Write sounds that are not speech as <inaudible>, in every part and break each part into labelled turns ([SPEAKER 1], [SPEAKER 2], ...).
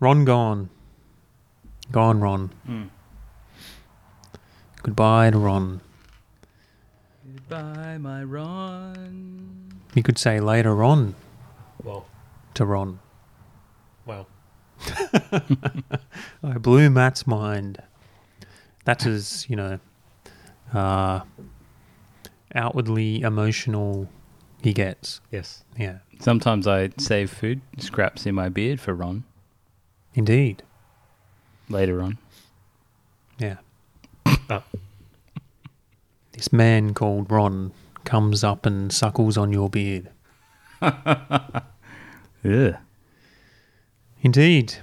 [SPEAKER 1] Ron gone. Gone, Ron. Goodbye to Ron.
[SPEAKER 2] Goodbye, my Ron.
[SPEAKER 1] You could say later on
[SPEAKER 3] Well,
[SPEAKER 1] to Ron.
[SPEAKER 3] well.
[SPEAKER 1] I blew Matt's mind. That's his, you know, uh, outwardly emotional he gets.
[SPEAKER 3] Yes.
[SPEAKER 1] Yeah,
[SPEAKER 2] Sometimes I save food scraps in my beard for Ron
[SPEAKER 1] indeed.
[SPEAKER 2] later on.
[SPEAKER 1] Yeah.
[SPEAKER 3] Oh.
[SPEAKER 1] This man called Ron comes up and suckles on your beard.
[SPEAKER 2] Yeah.
[SPEAKER 1] Indeed.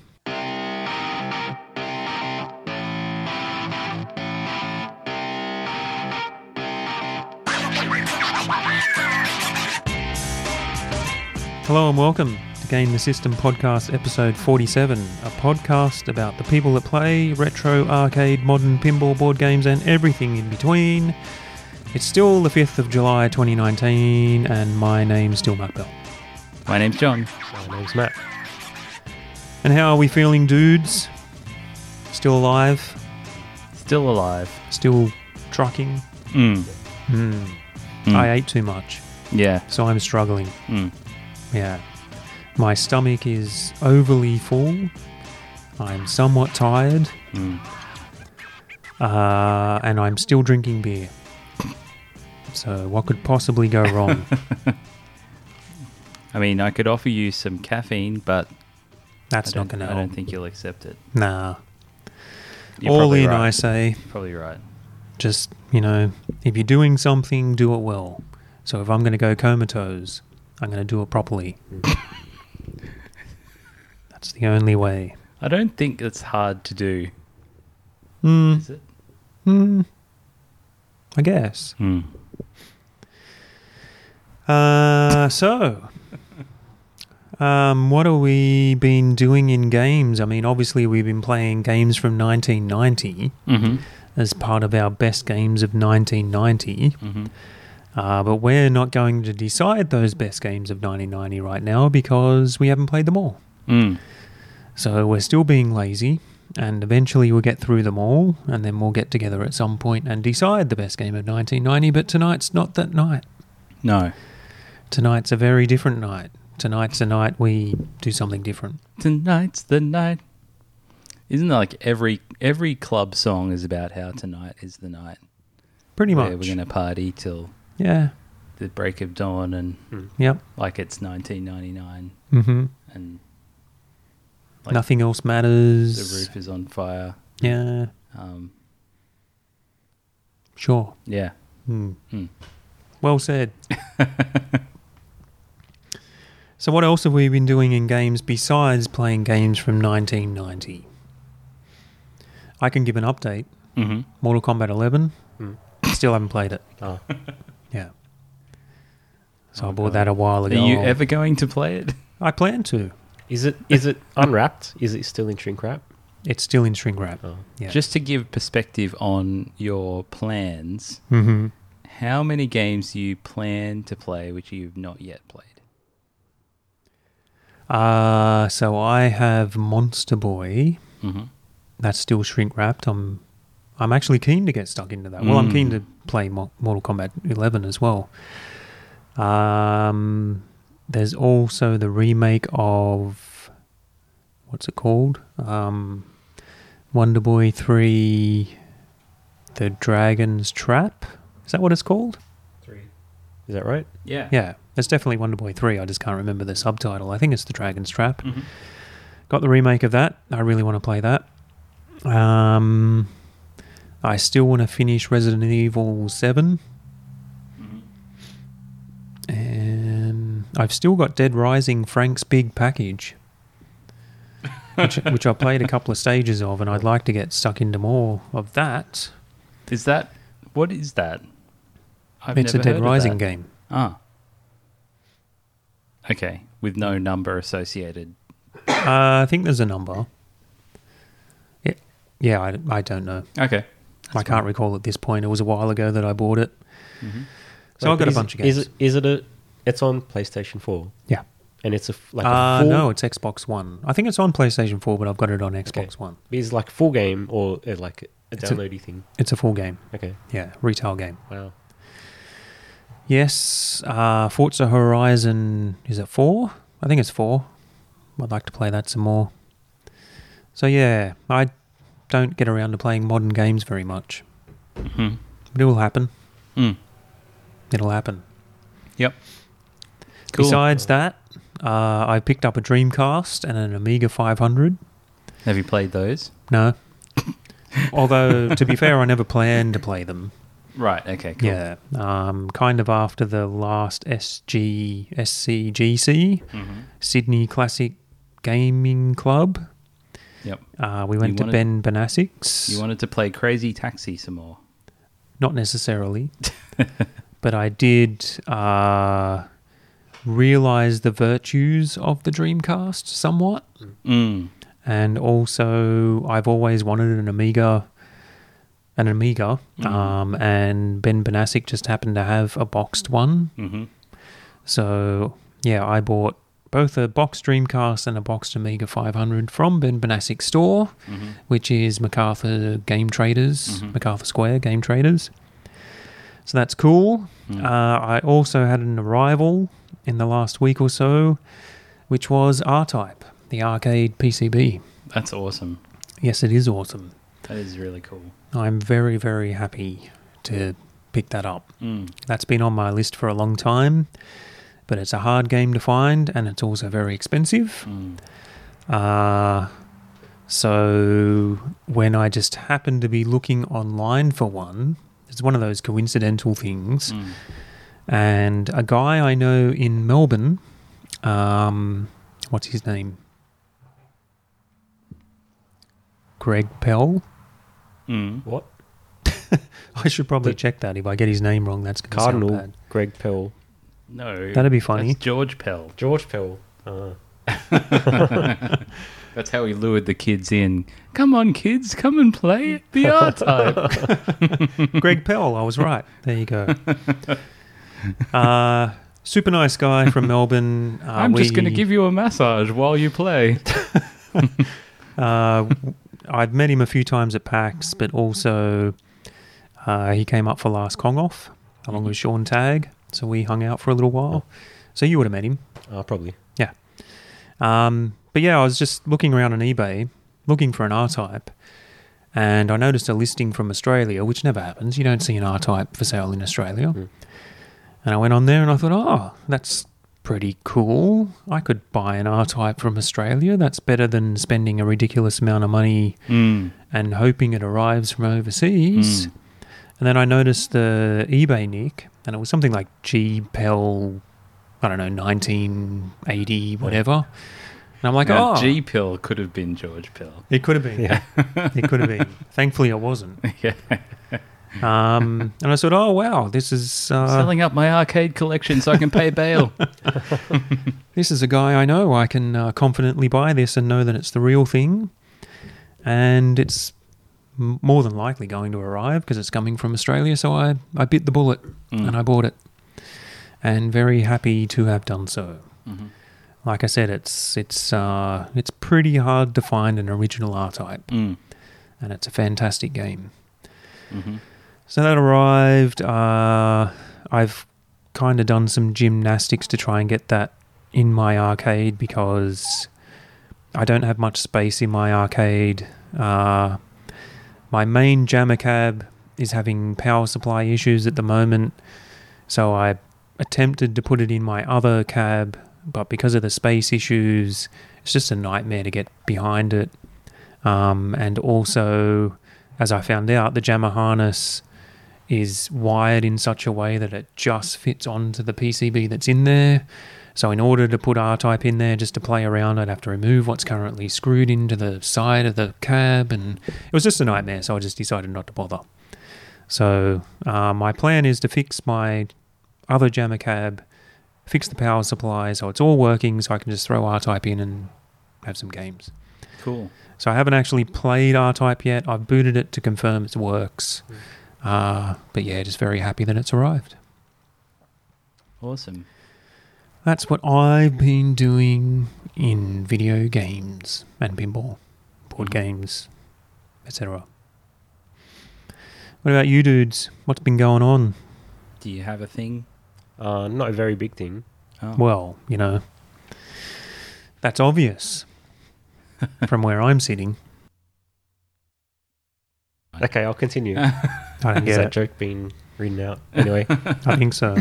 [SPEAKER 1] Hello and welcome to Game the System Podcast, episode 47, a podcast about the people that play retro, arcade, modern, pinball, board games, and everything in between. It's still the 5th of July 2019, and my name's still Mark Bell.
[SPEAKER 2] My name's John.
[SPEAKER 3] My name's Matt.
[SPEAKER 1] And how are we feeling, dudes? Still alive?
[SPEAKER 2] Still alive.
[SPEAKER 1] Still trucking?
[SPEAKER 2] Mm.
[SPEAKER 1] Hmm.
[SPEAKER 2] Mm.
[SPEAKER 1] I ate too much,
[SPEAKER 2] Yeah.
[SPEAKER 1] so I'm struggling.
[SPEAKER 2] Mm.
[SPEAKER 1] Yeah. My stomach is overly full. I'm somewhat tired.
[SPEAKER 2] Mm.
[SPEAKER 1] Uh, and I'm still drinking beer. So, what could possibly go
[SPEAKER 2] <laughs>
[SPEAKER 1] wrong?
[SPEAKER 2] I mean, I could offer you some caffeine, but I
[SPEAKER 1] That's
[SPEAKER 2] don't,
[SPEAKER 1] not going to
[SPEAKER 2] I
[SPEAKER 1] help.
[SPEAKER 2] don't think you'll accept it.
[SPEAKER 1] Nah.
[SPEAKER 2] You're
[SPEAKER 1] All
[SPEAKER 2] probably
[SPEAKER 1] in,
[SPEAKER 2] right.
[SPEAKER 1] I say.
[SPEAKER 2] Probably right.
[SPEAKER 1] just you know if you're doing something do it well so if i'm going to go comatose i'm going to do it properly that's the only way
[SPEAKER 2] I don't think it's hard to do,
[SPEAKER 1] Hmm.
[SPEAKER 2] is it?
[SPEAKER 1] Hmm. i guess
[SPEAKER 2] Mm.
[SPEAKER 1] uh, so um, what have we been doing in games i mean obviously we've been playing games from 1990
[SPEAKER 2] Mm-hmm.
[SPEAKER 1] as part of our best games of 1990
[SPEAKER 2] Mm-hmm.
[SPEAKER 1] Uh, but we're not going to decide those best games of 1990 right now because we haven't played them all.
[SPEAKER 2] Mm.
[SPEAKER 1] So we're still being lazy, and eventually we'll get through them all, and then we'll get together at some point and decide the best game of 1990. But tonight's not that night.
[SPEAKER 2] No.
[SPEAKER 1] Tonight's a very different night. Tonight's a night we do something different.
[SPEAKER 2] Tonight's the night. Isn't that like every every club song is about how tonight is the night
[SPEAKER 1] Pretty
[SPEAKER 2] where
[SPEAKER 1] much.
[SPEAKER 2] we're gonna party till
[SPEAKER 1] yeah.
[SPEAKER 2] the break of dawn and
[SPEAKER 1] Yep.
[SPEAKER 2] like it's 1999
[SPEAKER 1] hmm
[SPEAKER 2] and Like-
[SPEAKER 1] Nothing else
[SPEAKER 2] the
[SPEAKER 1] matters.
[SPEAKER 2] roof is on fire.
[SPEAKER 1] Yeah.
[SPEAKER 2] Um,
[SPEAKER 1] Sure.
[SPEAKER 2] yeah.
[SPEAKER 1] Hmm.
[SPEAKER 2] Mm.
[SPEAKER 1] Well
[SPEAKER 2] <laughs>
[SPEAKER 1] said. so, what else have we been doing in games besides playing games from 1990? I can give an update.
[SPEAKER 2] Mm-hmm.
[SPEAKER 1] Mortal Kombat 11.
[SPEAKER 3] Mm.
[SPEAKER 1] Still haven't played it.
[SPEAKER 3] Oh.
[SPEAKER 1] Yeah. So I
[SPEAKER 2] Oh,
[SPEAKER 1] bought
[SPEAKER 3] God.
[SPEAKER 1] that a while
[SPEAKER 2] Are
[SPEAKER 1] ago.
[SPEAKER 2] you ever going to play it?
[SPEAKER 1] I plan to.
[SPEAKER 3] Is it is it unwrapped? Is it still in shrink wrap?
[SPEAKER 1] It's still in shrink wrap.
[SPEAKER 3] Oh.
[SPEAKER 1] Yeah.
[SPEAKER 2] Just to give perspective on your plans,
[SPEAKER 1] hmm
[SPEAKER 2] how many games do you plan to play which you've not yet played?
[SPEAKER 1] Uh, so I have Monster Boy.
[SPEAKER 2] Mm-hmm.
[SPEAKER 1] that's still shrink wrapped. I'm I'm actually keen to get stuck into that. Well, I'm keen
[SPEAKER 2] Mm.
[SPEAKER 1] to play Mo- Mortal Kombat 11 as well. Um, there's also the remake of what's it called? Um, Wonder Boy 3 The Dragon's Trap. Is that what it's called?
[SPEAKER 2] Three.
[SPEAKER 3] Is that right?
[SPEAKER 2] Yeah.
[SPEAKER 1] Yeah, it's definitely Wonder Boy 3. I just can't remember the subtitle. I think it's The Dragon's Trap.
[SPEAKER 2] Mhm.
[SPEAKER 1] Got the remake of that. I really want to play that. Um, I still want to finish Resident Evil 7.
[SPEAKER 2] Mm-hmm.
[SPEAKER 1] And I've still got Dead Rising Frank's Big
[SPEAKER 2] <laughs>
[SPEAKER 1] Package, which, which I played a couple of stages of, and I'd like to get stuck into more of that.
[SPEAKER 2] Is that what is that? I've
[SPEAKER 1] it's a
[SPEAKER 2] never
[SPEAKER 1] Dead
[SPEAKER 2] heard of
[SPEAKER 1] Rising
[SPEAKER 2] that.
[SPEAKER 1] game.
[SPEAKER 2] Ah. Okay, with no number associated.
[SPEAKER 1] Uh, I think there's a number. Yeah, yeah I, I don't know.
[SPEAKER 2] Okay.
[SPEAKER 1] I can't recall at this point. It was a while ago that I bought it.
[SPEAKER 2] Mhm.
[SPEAKER 1] So
[SPEAKER 3] Wait,
[SPEAKER 1] I've got a
[SPEAKER 3] is-
[SPEAKER 1] bunch of games.
[SPEAKER 3] Is it, is it a? It's on PlayStation Four.
[SPEAKER 1] yeah.
[SPEAKER 3] and it's a f- like a
[SPEAKER 1] Uh,
[SPEAKER 3] full.
[SPEAKER 1] no, it's Xbox One. I think it's on PlayStation 4, but I've got it on Xbox
[SPEAKER 3] Okay.
[SPEAKER 1] One.
[SPEAKER 3] Is like full game or uh, like a
[SPEAKER 1] It's a-
[SPEAKER 3] downloady thing?
[SPEAKER 1] It's a full game.
[SPEAKER 3] Okay,
[SPEAKER 1] Yeah, retail game.
[SPEAKER 3] wow.
[SPEAKER 1] Yes, uh, Forza Horizon, is it 4? I think it's 4. I'd like to play that some more. So, yeah, I don't get around to playing modern games very much.
[SPEAKER 2] Mhm.
[SPEAKER 1] But it will happen.
[SPEAKER 2] Mm.
[SPEAKER 1] It'll happen.
[SPEAKER 2] Yep. Cool.
[SPEAKER 1] Besides that, uh, I picked up a Dreamcast and an Amiga 500.
[SPEAKER 2] Have you played those?
[SPEAKER 3] <laughs>
[SPEAKER 1] No. Although, to be fair, I never planned to play them.
[SPEAKER 2] Right. Okay. Cool.
[SPEAKER 1] Yeah. Um, kind of after the last SG, SCGC,
[SPEAKER 2] Mhm.
[SPEAKER 1] Sydney Classic Gaming Club,
[SPEAKER 2] Yep.
[SPEAKER 1] uh, we went to
[SPEAKER 2] wanted-
[SPEAKER 1] Ben Benasik's.
[SPEAKER 2] You wanted to play Crazy Taxi some more.
[SPEAKER 1] Not
[SPEAKER 2] <laughs>
[SPEAKER 1] necessarily. but I did uh, realize the virtues of the Dreamcast somewhat.
[SPEAKER 2] Mm.
[SPEAKER 1] and also I've always wanted an Amiga, an Amiga,
[SPEAKER 2] Mhm.
[SPEAKER 1] um, and Ben Benasik just happened to have a boxed one,
[SPEAKER 2] Mhm.
[SPEAKER 1] so yeah, I bought both a boxed Dreamcast and a boxed Amiga 500 from Ben Benasik's store,
[SPEAKER 2] Mhm.
[SPEAKER 1] which is Macarthur Game Traders,
[SPEAKER 2] Mhm.
[SPEAKER 1] Macarthur Square Game Traders. So that's cool.
[SPEAKER 2] Mm.
[SPEAKER 1] Uh, I also had an arrival in the last week or so, which was R Type, the arcade PCB.
[SPEAKER 2] That's awesome.
[SPEAKER 1] Yes, it is awesome.
[SPEAKER 2] That is really cool.
[SPEAKER 1] I'm very, very happy to pick that up.
[SPEAKER 2] Mm.
[SPEAKER 1] That's been on my list for a long time, but it's a hard game to find and it's also very expensive.
[SPEAKER 2] Mm.
[SPEAKER 1] Uh, so when I just happened to be looking online for one, it's one of those coincidental things.
[SPEAKER 3] Hmm.
[SPEAKER 2] Mm.
[SPEAKER 1] And a guy I know in Melbourne, um, what's his name? Greg Pell. <laughs>
[SPEAKER 2] Mm.
[SPEAKER 3] What
[SPEAKER 1] I should probably
[SPEAKER 3] The-
[SPEAKER 1] check that. If I get his name wrong, that's going to sound
[SPEAKER 3] Cardinal
[SPEAKER 1] bad.
[SPEAKER 3] Greg Pell,
[SPEAKER 2] No.
[SPEAKER 1] That'd be funny.
[SPEAKER 2] That's George Pell.
[SPEAKER 3] George Pell? Uh,
[SPEAKER 2] That's how he lured the kids in. Come on, kids, come and play
[SPEAKER 1] <laughs>
[SPEAKER 2] the R type.
[SPEAKER 1] Greg Pell. I was right. There you
[SPEAKER 2] <laughs>
[SPEAKER 1] go. Uh, super nice guy from Melbourne. Uh,
[SPEAKER 2] I'm just going to
[SPEAKER 1] we-
[SPEAKER 2] give you a massage while you <laughs> play.
[SPEAKER 1] Uh, I've met him a few times at PAX, but also uh, he came up for last Kong off
[SPEAKER 2] Mm-hmm.
[SPEAKER 1] along with Sean Tag. So we hung out for a little while. So you would have met him.
[SPEAKER 3] uh, probably.
[SPEAKER 1] Um, but yeah, I was just looking around on eBay, looking for an R type, and I noticed a listing from Australia, which never happens. You don't see an R type for sale in Australia.
[SPEAKER 3] Mm.
[SPEAKER 1] And I went on there and I thought, oh, that's pretty cool. I could buy an R type from Australia. That's better than spending a ridiculous amount of money
[SPEAKER 2] Mm.
[SPEAKER 1] and hoping it arrives from overseas.
[SPEAKER 2] Mm.
[SPEAKER 1] And then I noticed the eBay nick, and it was something like GPEL, I don't know, 1980, whatever. And I'm like,
[SPEAKER 2] now,
[SPEAKER 1] oh,
[SPEAKER 2] G Pill could have been
[SPEAKER 1] <laughs>
[SPEAKER 2] George Pill.
[SPEAKER 1] it could have been.
[SPEAKER 3] Yeah.
[SPEAKER 1] It could have
[SPEAKER 2] <laughs>
[SPEAKER 1] been. Thankfully, it wasn't.
[SPEAKER 2] Yeah.
[SPEAKER 1] Um, and I said, oh, wow, this is uh,
[SPEAKER 2] Selling up my arcade collection so I can pay <laughs> bail.
[SPEAKER 1] this is a guy I know. I can uh, confidently buy this and know that it's the real thing. And it's m- more than likely going to arrive because it's coming from Australia. So I, I bit the bullet.
[SPEAKER 2] Mm.
[SPEAKER 1] and I bought it, and very happy to have done so.
[SPEAKER 2] Mhm.
[SPEAKER 1] Like I said, it's it's uh, it's pretty hard to find an original R type,
[SPEAKER 2] Mm.
[SPEAKER 1] and it's a fantastic game.
[SPEAKER 2] Mhm.
[SPEAKER 1] So that arrived. Uh, I've kind of done some gymnastics to try and get that in my arcade because I don't have much space in my arcade. Uh, my main jammer cab is having power supply issues at the moment, so I attempted to put it in my other cab, but because of the space issues, it's just a nightmare to get behind it. Um, and also, as I found out, the jammer harness is wired in such a way that it just fits onto the PCB that's in there. So, in order to put R type in there just to play around, I'd have to remove what's currently screwed into the side of the cab, and it was just a nightmare. So, I just decided not to bother. So, uh, my plan is to fix my other jammer cab, fix the power supply so it's all working, so I can just throw R type in and have some games.
[SPEAKER 2] Cool.
[SPEAKER 1] So I haven't actually played R Type yet. I've booted it to confirm it works. Uh, but yeah, just very happy that it's arrived.
[SPEAKER 2] Awesome.
[SPEAKER 1] That's what I've been doing in video games and pinball, board games, etc. What about you dudes? What's been going on?
[SPEAKER 2] Do you have a thing?
[SPEAKER 3] <laughs> Uh, not a very big thing.
[SPEAKER 2] Oh.
[SPEAKER 1] Well, you know, that's obvious from where I'm sitting.
[SPEAKER 3] Okay,
[SPEAKER 1] <laughs>
[SPEAKER 3] I'll continue.
[SPEAKER 1] I don't
[SPEAKER 3] Is
[SPEAKER 1] get
[SPEAKER 3] that
[SPEAKER 1] it.
[SPEAKER 3] joke being written out?
[SPEAKER 1] <laughs>
[SPEAKER 3] Anyway,
[SPEAKER 1] I think so.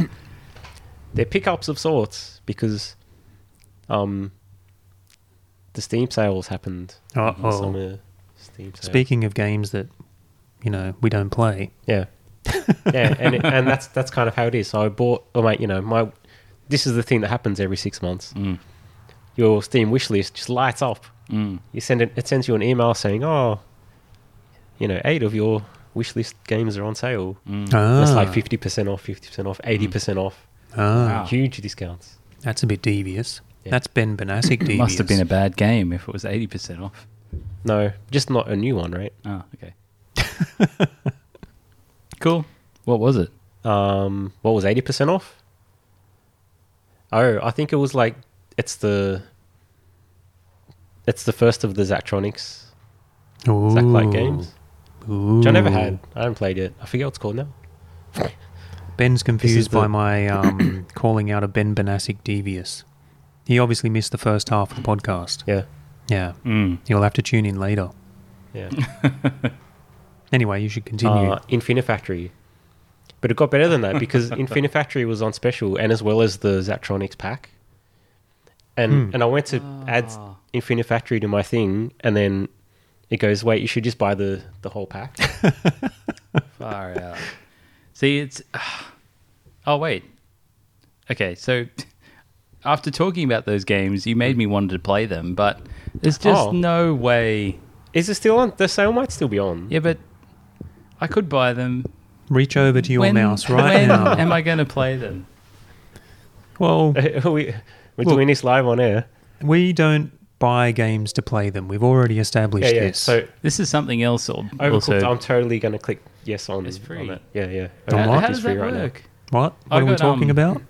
[SPEAKER 3] they're pickups of sorts because um, the Steam sales happened.
[SPEAKER 1] Uh
[SPEAKER 3] The
[SPEAKER 1] oh.
[SPEAKER 3] Summer Steam sale.
[SPEAKER 1] Speaking of games that, you know, we don't play. <laughs>
[SPEAKER 3] Yeah, yeah, and it, and that's that's kind of how it is. So I bought, oh mate, you know, my this is the thing that happens every six months.
[SPEAKER 2] Mm.
[SPEAKER 3] Your Steam wish list just lights up.
[SPEAKER 2] Mm.
[SPEAKER 3] You send it, it sends you an email saying, oh, you know, eight of your wish list games are on sale.
[SPEAKER 2] Mm.
[SPEAKER 1] Ah, Hmm.
[SPEAKER 3] That's like fifty percent off, fifty percent off, eighty percent off.
[SPEAKER 1] ah,
[SPEAKER 2] Wow.
[SPEAKER 3] Huge discounts.
[SPEAKER 1] that's a bit devious.
[SPEAKER 3] Yeah.
[SPEAKER 1] That's Ben Benassi devious.
[SPEAKER 2] Must have been a bad game if it was 80% off.
[SPEAKER 3] No, just not a new one, right?
[SPEAKER 2] Oh, <laughs> okay. cool. What was it?
[SPEAKER 3] Um, what was eighty percent off? Oh, I think it was like it's the it's the first of the Zachtronics Zachlight games, which I never had. I haven't played it. I forget what it's called now.
[SPEAKER 1] Ben's confused by
[SPEAKER 3] the- <coughs>
[SPEAKER 1] my um, calling out of Ben Benassi devious. He obviously missed the first half of the podcast.
[SPEAKER 3] Yeah,
[SPEAKER 1] Yeah,
[SPEAKER 2] Mm.
[SPEAKER 1] you'll have to tune in later.
[SPEAKER 3] yeah.
[SPEAKER 1] Anyway, you should <laughs> continue.
[SPEAKER 3] uh, Infinifactory, but it got better than that because
[SPEAKER 1] <laughs>
[SPEAKER 3] Infinifactory was on special and as well as the Zachtronics pack. And
[SPEAKER 1] Hmm.
[SPEAKER 3] and I went to add
[SPEAKER 2] Ah.
[SPEAKER 3] Infinifactory to my thing, and then it goes, wait, you should just buy the the whole pack.
[SPEAKER 2] Far out. <laughs> See, it's. <sighs> Oh, wait. Okay, so <laughs> after talking about those games, you made me want to play them, but there's just
[SPEAKER 3] Oh.
[SPEAKER 2] no way.
[SPEAKER 3] Is it still on? The sale might still be on. <laughs>
[SPEAKER 2] Yeah, but I could buy them.
[SPEAKER 1] Reach over to your
[SPEAKER 2] When-
[SPEAKER 3] <laughs>
[SPEAKER 1] mouse right
[SPEAKER 2] when
[SPEAKER 1] now.
[SPEAKER 2] <laughs> am I going to play them?
[SPEAKER 3] <laughs>
[SPEAKER 1] well,
[SPEAKER 3] we, we're
[SPEAKER 1] Look.
[SPEAKER 3] doing this live on air.
[SPEAKER 1] we don't buy games to play them. We've already
[SPEAKER 3] Yeah,
[SPEAKER 1] established
[SPEAKER 3] yeah.
[SPEAKER 1] this.
[SPEAKER 3] So
[SPEAKER 2] This is something else. al-
[SPEAKER 3] overcooked,
[SPEAKER 2] Also,
[SPEAKER 3] I'm totally going to click yes on.
[SPEAKER 2] It's free.
[SPEAKER 3] on it. Yeah, yeah.
[SPEAKER 1] On
[SPEAKER 2] how,
[SPEAKER 1] what?
[SPEAKER 2] how
[SPEAKER 3] It's
[SPEAKER 2] does that work?
[SPEAKER 1] what?
[SPEAKER 2] I
[SPEAKER 1] What are we
[SPEAKER 2] got,
[SPEAKER 1] talking
[SPEAKER 2] um,
[SPEAKER 1] about?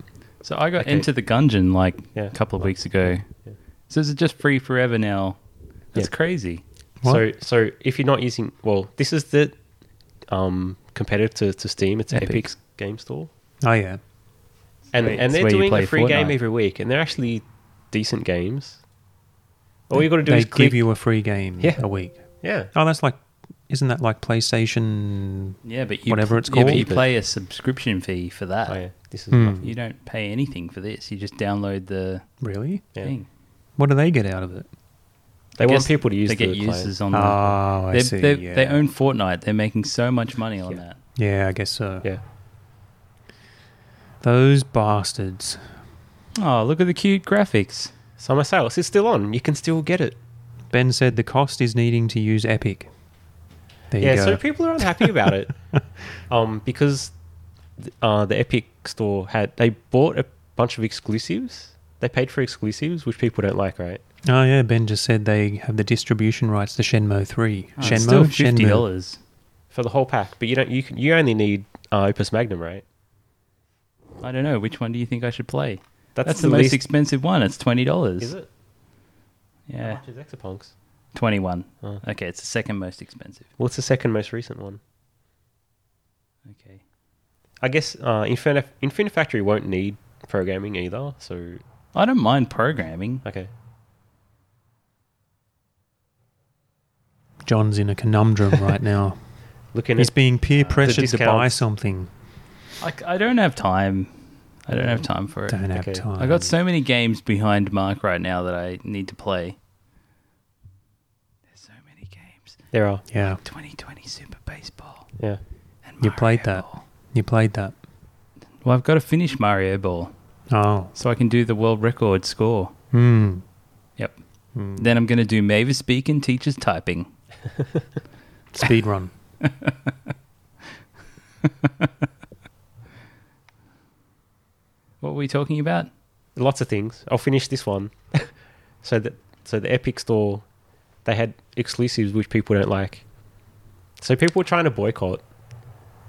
[SPEAKER 2] So I got
[SPEAKER 3] Okay.
[SPEAKER 2] into the Gungeon like
[SPEAKER 3] Yeah.
[SPEAKER 2] a couple of weeks ago.
[SPEAKER 3] Yeah.
[SPEAKER 2] So is it just free forever now? That's
[SPEAKER 3] Yeah.
[SPEAKER 2] crazy.
[SPEAKER 1] What?
[SPEAKER 3] So, so if you're not using, well, this is the um, competitor to, to Steam. It's
[SPEAKER 2] Epic.
[SPEAKER 3] Epic's game store,
[SPEAKER 1] Oh yeah.
[SPEAKER 3] and
[SPEAKER 2] Wait,
[SPEAKER 3] and
[SPEAKER 2] it's
[SPEAKER 3] they're
[SPEAKER 2] where you
[SPEAKER 3] doing
[SPEAKER 2] play
[SPEAKER 3] a free game
[SPEAKER 2] Fortnite.
[SPEAKER 3] every week, and they're actually decent games. All you got to do
[SPEAKER 1] they
[SPEAKER 3] is
[SPEAKER 1] give
[SPEAKER 3] click.
[SPEAKER 1] you a free game
[SPEAKER 3] Yeah.
[SPEAKER 1] a week.
[SPEAKER 3] yeah,
[SPEAKER 1] Oh, that's like, isn't that like PlayStation?
[SPEAKER 2] Yeah, but you
[SPEAKER 1] Whatever it's
[SPEAKER 2] yeah, but
[SPEAKER 1] called.
[SPEAKER 2] you play a subscription fee for that.
[SPEAKER 3] oh, yeah. This is
[SPEAKER 1] Hmm.
[SPEAKER 3] my-
[SPEAKER 2] You don't pay anything for this. You just download the
[SPEAKER 1] Really?
[SPEAKER 3] yeah.
[SPEAKER 2] thing.
[SPEAKER 1] What do they get out of it?
[SPEAKER 3] They
[SPEAKER 2] I
[SPEAKER 3] want
[SPEAKER 2] guess
[SPEAKER 3] people to use
[SPEAKER 2] They
[SPEAKER 3] the
[SPEAKER 2] get
[SPEAKER 3] client.
[SPEAKER 2] users on.
[SPEAKER 1] Oh,
[SPEAKER 2] the
[SPEAKER 1] I
[SPEAKER 2] they,
[SPEAKER 1] see.
[SPEAKER 2] they,
[SPEAKER 1] yeah.
[SPEAKER 2] they own Fortnite. They're making so much money on
[SPEAKER 3] Yeah.
[SPEAKER 2] that.
[SPEAKER 1] Yeah, I guess so.
[SPEAKER 3] Yeah.
[SPEAKER 1] Those bastards.
[SPEAKER 2] Oh, look at the cute graphics.
[SPEAKER 3] Summer sales. It's still on. You can still get it.
[SPEAKER 1] Ben said the cost is needing to use Epic. There
[SPEAKER 3] yeah,
[SPEAKER 1] you go.
[SPEAKER 3] so people are unhappy about it um, because th- uh, the Epic store had they bought a bunch of exclusives. They paid for exclusives, which people don't like, right?
[SPEAKER 1] oh yeah, Ben just said they have the distribution rights to Shenmue Three.
[SPEAKER 2] Oh,
[SPEAKER 1] Shenmue,
[SPEAKER 2] it's still fifty
[SPEAKER 1] Shenmue.
[SPEAKER 2] dollars.
[SPEAKER 3] For the whole pack, but you don't. You can, you only need uh, Opus Magnum, right?
[SPEAKER 2] I don't know which one do you think I should play.
[SPEAKER 3] That's,
[SPEAKER 2] That's, the, most
[SPEAKER 3] least.
[SPEAKER 2] expensive one. It's twenty dollars.
[SPEAKER 3] is it? How
[SPEAKER 2] Yeah,
[SPEAKER 3] much is Exapunks?
[SPEAKER 2] twenty-one.
[SPEAKER 3] Oh.
[SPEAKER 2] Okay, it's the second most expensive.
[SPEAKER 3] What's the second most recent one?
[SPEAKER 2] Okay.
[SPEAKER 3] I guess uh, Infinif- Infinifactory won't need programming either. So
[SPEAKER 2] I don't mind programming.
[SPEAKER 3] okay,
[SPEAKER 1] John's in a conundrum right <laughs> now.
[SPEAKER 3] looking
[SPEAKER 1] He's
[SPEAKER 3] at
[SPEAKER 1] being peer pressured to buy
[SPEAKER 3] discounts.
[SPEAKER 1] something.
[SPEAKER 2] I, I don't have time. I don't have time for it.
[SPEAKER 1] Don't have
[SPEAKER 3] Okay.
[SPEAKER 1] time.
[SPEAKER 2] I got so many games behind Mark right now that I need to play. There's so many games.
[SPEAKER 3] there are
[SPEAKER 1] yeah,
[SPEAKER 2] 2020 Super Baseball
[SPEAKER 3] yeah.
[SPEAKER 2] and
[SPEAKER 1] You
[SPEAKER 2] Mario
[SPEAKER 1] played that.
[SPEAKER 2] Ball.
[SPEAKER 1] you played that.
[SPEAKER 2] Well, I've got to finish Mario Ball
[SPEAKER 1] Oh,
[SPEAKER 2] so I can do the world record score.
[SPEAKER 1] hmm.
[SPEAKER 2] Yep.
[SPEAKER 1] Hmm.
[SPEAKER 2] Then I'm going to do Mavis Beacon Teacher's Typing.
[SPEAKER 1] Speed run.
[SPEAKER 2] What were we talking about?
[SPEAKER 3] lots of things. I'll finish this one. so that so the Epic Store, they had exclusives which people don't like. So people were trying to boycott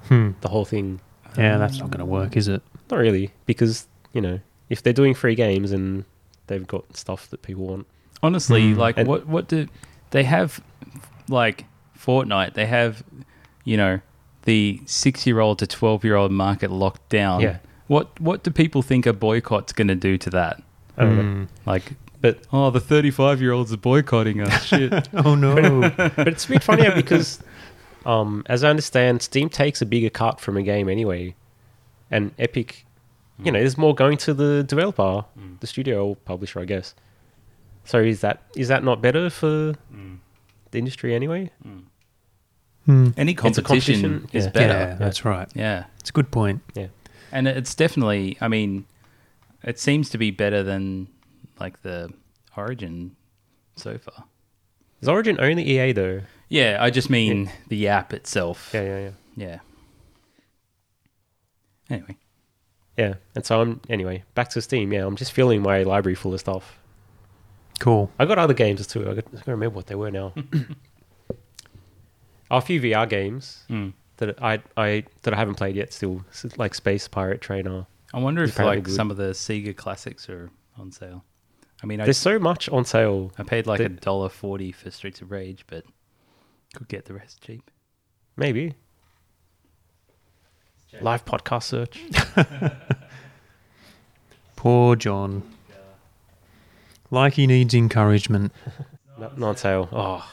[SPEAKER 1] Hmm.
[SPEAKER 3] the whole thing.
[SPEAKER 1] Yeah, that's not going to work, is it?
[SPEAKER 3] Not really, because you know if they're doing free games and they've got stuff that people want.
[SPEAKER 2] Honestly,
[SPEAKER 1] Hmm.
[SPEAKER 2] like
[SPEAKER 3] And-
[SPEAKER 2] what what do they have? Like Fortnite, they have you know the six year old to twelve year old market locked down.
[SPEAKER 3] Yeah.
[SPEAKER 2] What what do people think a boycott's going to do to that?
[SPEAKER 3] I don't know.
[SPEAKER 1] Mm.
[SPEAKER 2] Like,
[SPEAKER 3] But
[SPEAKER 2] oh, the thirty five year olds are boycotting
[SPEAKER 3] <laughs>
[SPEAKER 2] us. Shit.
[SPEAKER 1] Oh <laughs> no.
[SPEAKER 3] but it's a bit funnier because, um, as I understand, Steam takes a bigger cut from a game anyway, and Epic, you know, there's more going to the developer, the studio or publisher, I guess. So is that is that not better for the industry anyway?
[SPEAKER 1] Hmm.
[SPEAKER 2] Any
[SPEAKER 3] It's a
[SPEAKER 2] competition,
[SPEAKER 3] competition,
[SPEAKER 2] is
[SPEAKER 3] yeah.
[SPEAKER 1] Yeah,
[SPEAKER 2] better.
[SPEAKER 1] that's right.
[SPEAKER 2] yeah.
[SPEAKER 1] It's a good point.
[SPEAKER 3] Yeah,
[SPEAKER 2] And it's definitely, I mean, it seems to be better than like the Origin so far.
[SPEAKER 3] is Origin only EA though?
[SPEAKER 2] Yeah, I just mean the app itself.
[SPEAKER 3] Yeah, yeah, yeah,
[SPEAKER 2] Yeah. Anyway,
[SPEAKER 3] yeah. And so I'm anyway back to Steam. Yeah, I'm just filling my library full of stuff.
[SPEAKER 1] Cool.
[SPEAKER 3] I got other games too. I got- I can't remember what they were <laughs> now. Oh, a few VR games that I I that I haven't played yet. Still, s- like Space Pirate Trainer.
[SPEAKER 2] I wonder if
[SPEAKER 3] Apparently
[SPEAKER 2] like
[SPEAKER 3] good.
[SPEAKER 2] some of the Sega classics are on sale. I mean, I,
[SPEAKER 3] There's so much on sale.
[SPEAKER 2] I paid like a
[SPEAKER 3] the-
[SPEAKER 2] dollar forty for Streets of Rage, but could get the rest cheap.
[SPEAKER 3] Maybe live podcast search.
[SPEAKER 1] Poor John. Like he needs encouragement.
[SPEAKER 3] No, not on sale. Oh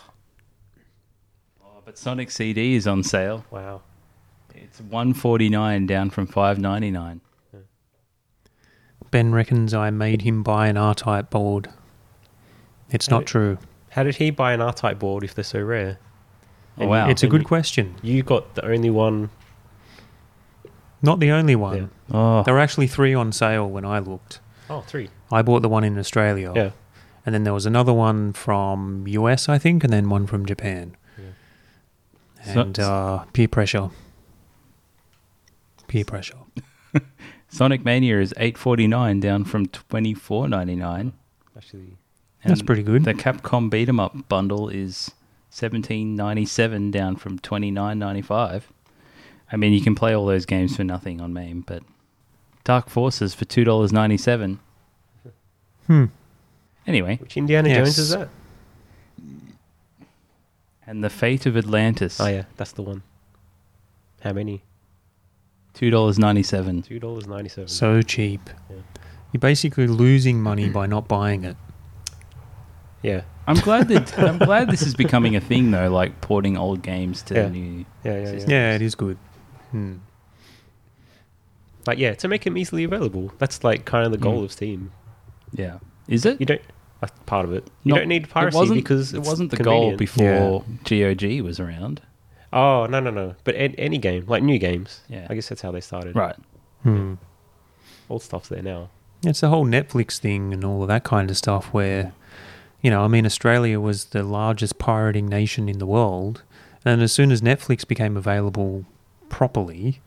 [SPEAKER 2] Oh, but Sonic CD is on sale.
[SPEAKER 3] wow.
[SPEAKER 2] It's one forty nine down from five ninety nine.
[SPEAKER 1] Ben reckons I made him buy an R type board. It's not
[SPEAKER 3] Hey.
[SPEAKER 1] true.
[SPEAKER 3] How did he buy an R-Type board if they're so rare?
[SPEAKER 2] Oh wow!
[SPEAKER 1] It's a
[SPEAKER 3] And
[SPEAKER 1] good
[SPEAKER 3] you-
[SPEAKER 1] question.
[SPEAKER 3] You got the only one.
[SPEAKER 1] Not the only one.
[SPEAKER 3] Yeah.
[SPEAKER 2] oh,
[SPEAKER 1] There were actually three on sale when I looked.
[SPEAKER 3] Oh, three.
[SPEAKER 1] I bought the one in Australia.
[SPEAKER 3] Yeah.
[SPEAKER 1] And then there was another one from US, I think, and then one from Japan.
[SPEAKER 2] So-
[SPEAKER 1] And uh, peer pressure. Peer pressure.
[SPEAKER 2] Sonic Mania is eight forty nine down from twenty four ninety nine.
[SPEAKER 3] Oh, Actually,
[SPEAKER 1] That's pretty good.
[SPEAKER 2] The Capcom Beat 'em Up bundle is seventeen ninety seven down from twenty nine ninety five. I mean, you can play all those games for nothing on MAME, but Dark Forces for two dollars ninety seven.
[SPEAKER 1] Hmm.
[SPEAKER 2] Anyway,
[SPEAKER 3] which Indiana
[SPEAKER 1] Yes.
[SPEAKER 3] Jones is that?
[SPEAKER 2] and the Fate of Atlantis,
[SPEAKER 3] Oh yeah, that's the one. How many?
[SPEAKER 2] two dollars ninety seven.
[SPEAKER 3] Two dollars ninety-seven.
[SPEAKER 1] So cheap.
[SPEAKER 3] Yeah.
[SPEAKER 1] You're basically losing money by not buying it.
[SPEAKER 3] yeah,
[SPEAKER 2] I'm glad that I'm glad this is becoming a thing though, like porting old games to
[SPEAKER 3] Yeah.
[SPEAKER 2] the new.
[SPEAKER 3] yeah, yeah, yeah.
[SPEAKER 2] System.
[SPEAKER 1] Yeah, it is good. Hmm.
[SPEAKER 3] Like yeah, to make them easily available. That's like kind of the goal of Steam.
[SPEAKER 2] Yeah, is it?
[SPEAKER 3] You don't that's part of it. You
[SPEAKER 2] Not-
[SPEAKER 3] don't need piracy
[SPEAKER 2] it wasn't,
[SPEAKER 3] because
[SPEAKER 2] it
[SPEAKER 3] it's
[SPEAKER 2] wasn't the goal
[SPEAKER 3] convenient.
[SPEAKER 2] before GOG was around.
[SPEAKER 3] Oh no no no! But an- any game, like new games.
[SPEAKER 2] Yeah.
[SPEAKER 3] I guess that's how they started.
[SPEAKER 2] Right.
[SPEAKER 1] Hmm.
[SPEAKER 3] Old stuff's there now.
[SPEAKER 1] It's the whole Netflix thing and all of that kind of stuff where, you know, I mean, Australia was the largest pirating nation in the world. And as soon as Netflix became available properly,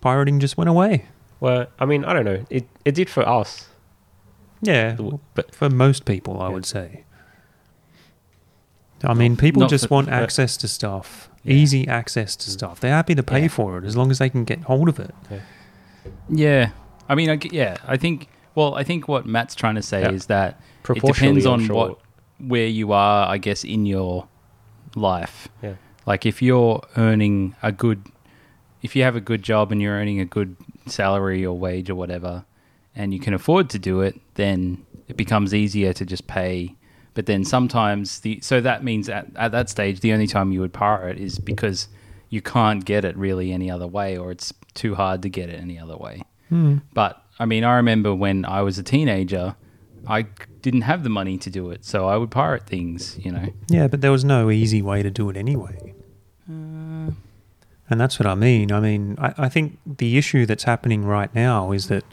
[SPEAKER 1] pirating just went away.
[SPEAKER 3] Well, I mean, I don't know. It it did for us,
[SPEAKER 1] Yeah.
[SPEAKER 3] but
[SPEAKER 1] For most people, I
[SPEAKER 3] Yeah.
[SPEAKER 1] would say. I mean, people
[SPEAKER 2] not
[SPEAKER 1] just
[SPEAKER 2] for-
[SPEAKER 1] want
[SPEAKER 2] but-
[SPEAKER 1] access to stuff,
[SPEAKER 2] Yeah. Mm.
[SPEAKER 1] easy access to stuff. They're happy to pay
[SPEAKER 2] Yeah.
[SPEAKER 1] for it as long as they can get hold of it.
[SPEAKER 2] Yeah. I mean, I g yeah, I think, well, I think what Matt's trying to say
[SPEAKER 3] Yeah.
[SPEAKER 2] is that it
[SPEAKER 3] Proportionally,
[SPEAKER 2] depends
[SPEAKER 3] I'm
[SPEAKER 2] on
[SPEAKER 3] sure.
[SPEAKER 2] what, where you are, I guess, in your life.
[SPEAKER 3] yeah,
[SPEAKER 2] Like if you're earning a good, if you have a good job and you're earning a good salary or wage or whatever, and you can afford to do it, then it becomes easier to just pay. But then sometimes the so that means at, at that stage the only time you would pirate is because you can't get it really any other way or it's too hard to get it any other way. But I mean, I remember when I was a teenager, I didn't have the money to do it, so I would pirate things, you know.
[SPEAKER 1] Yeah, but there was no easy way to do it anyway. and that's what I mean. I mean, I, I think the issue that's happening right now is that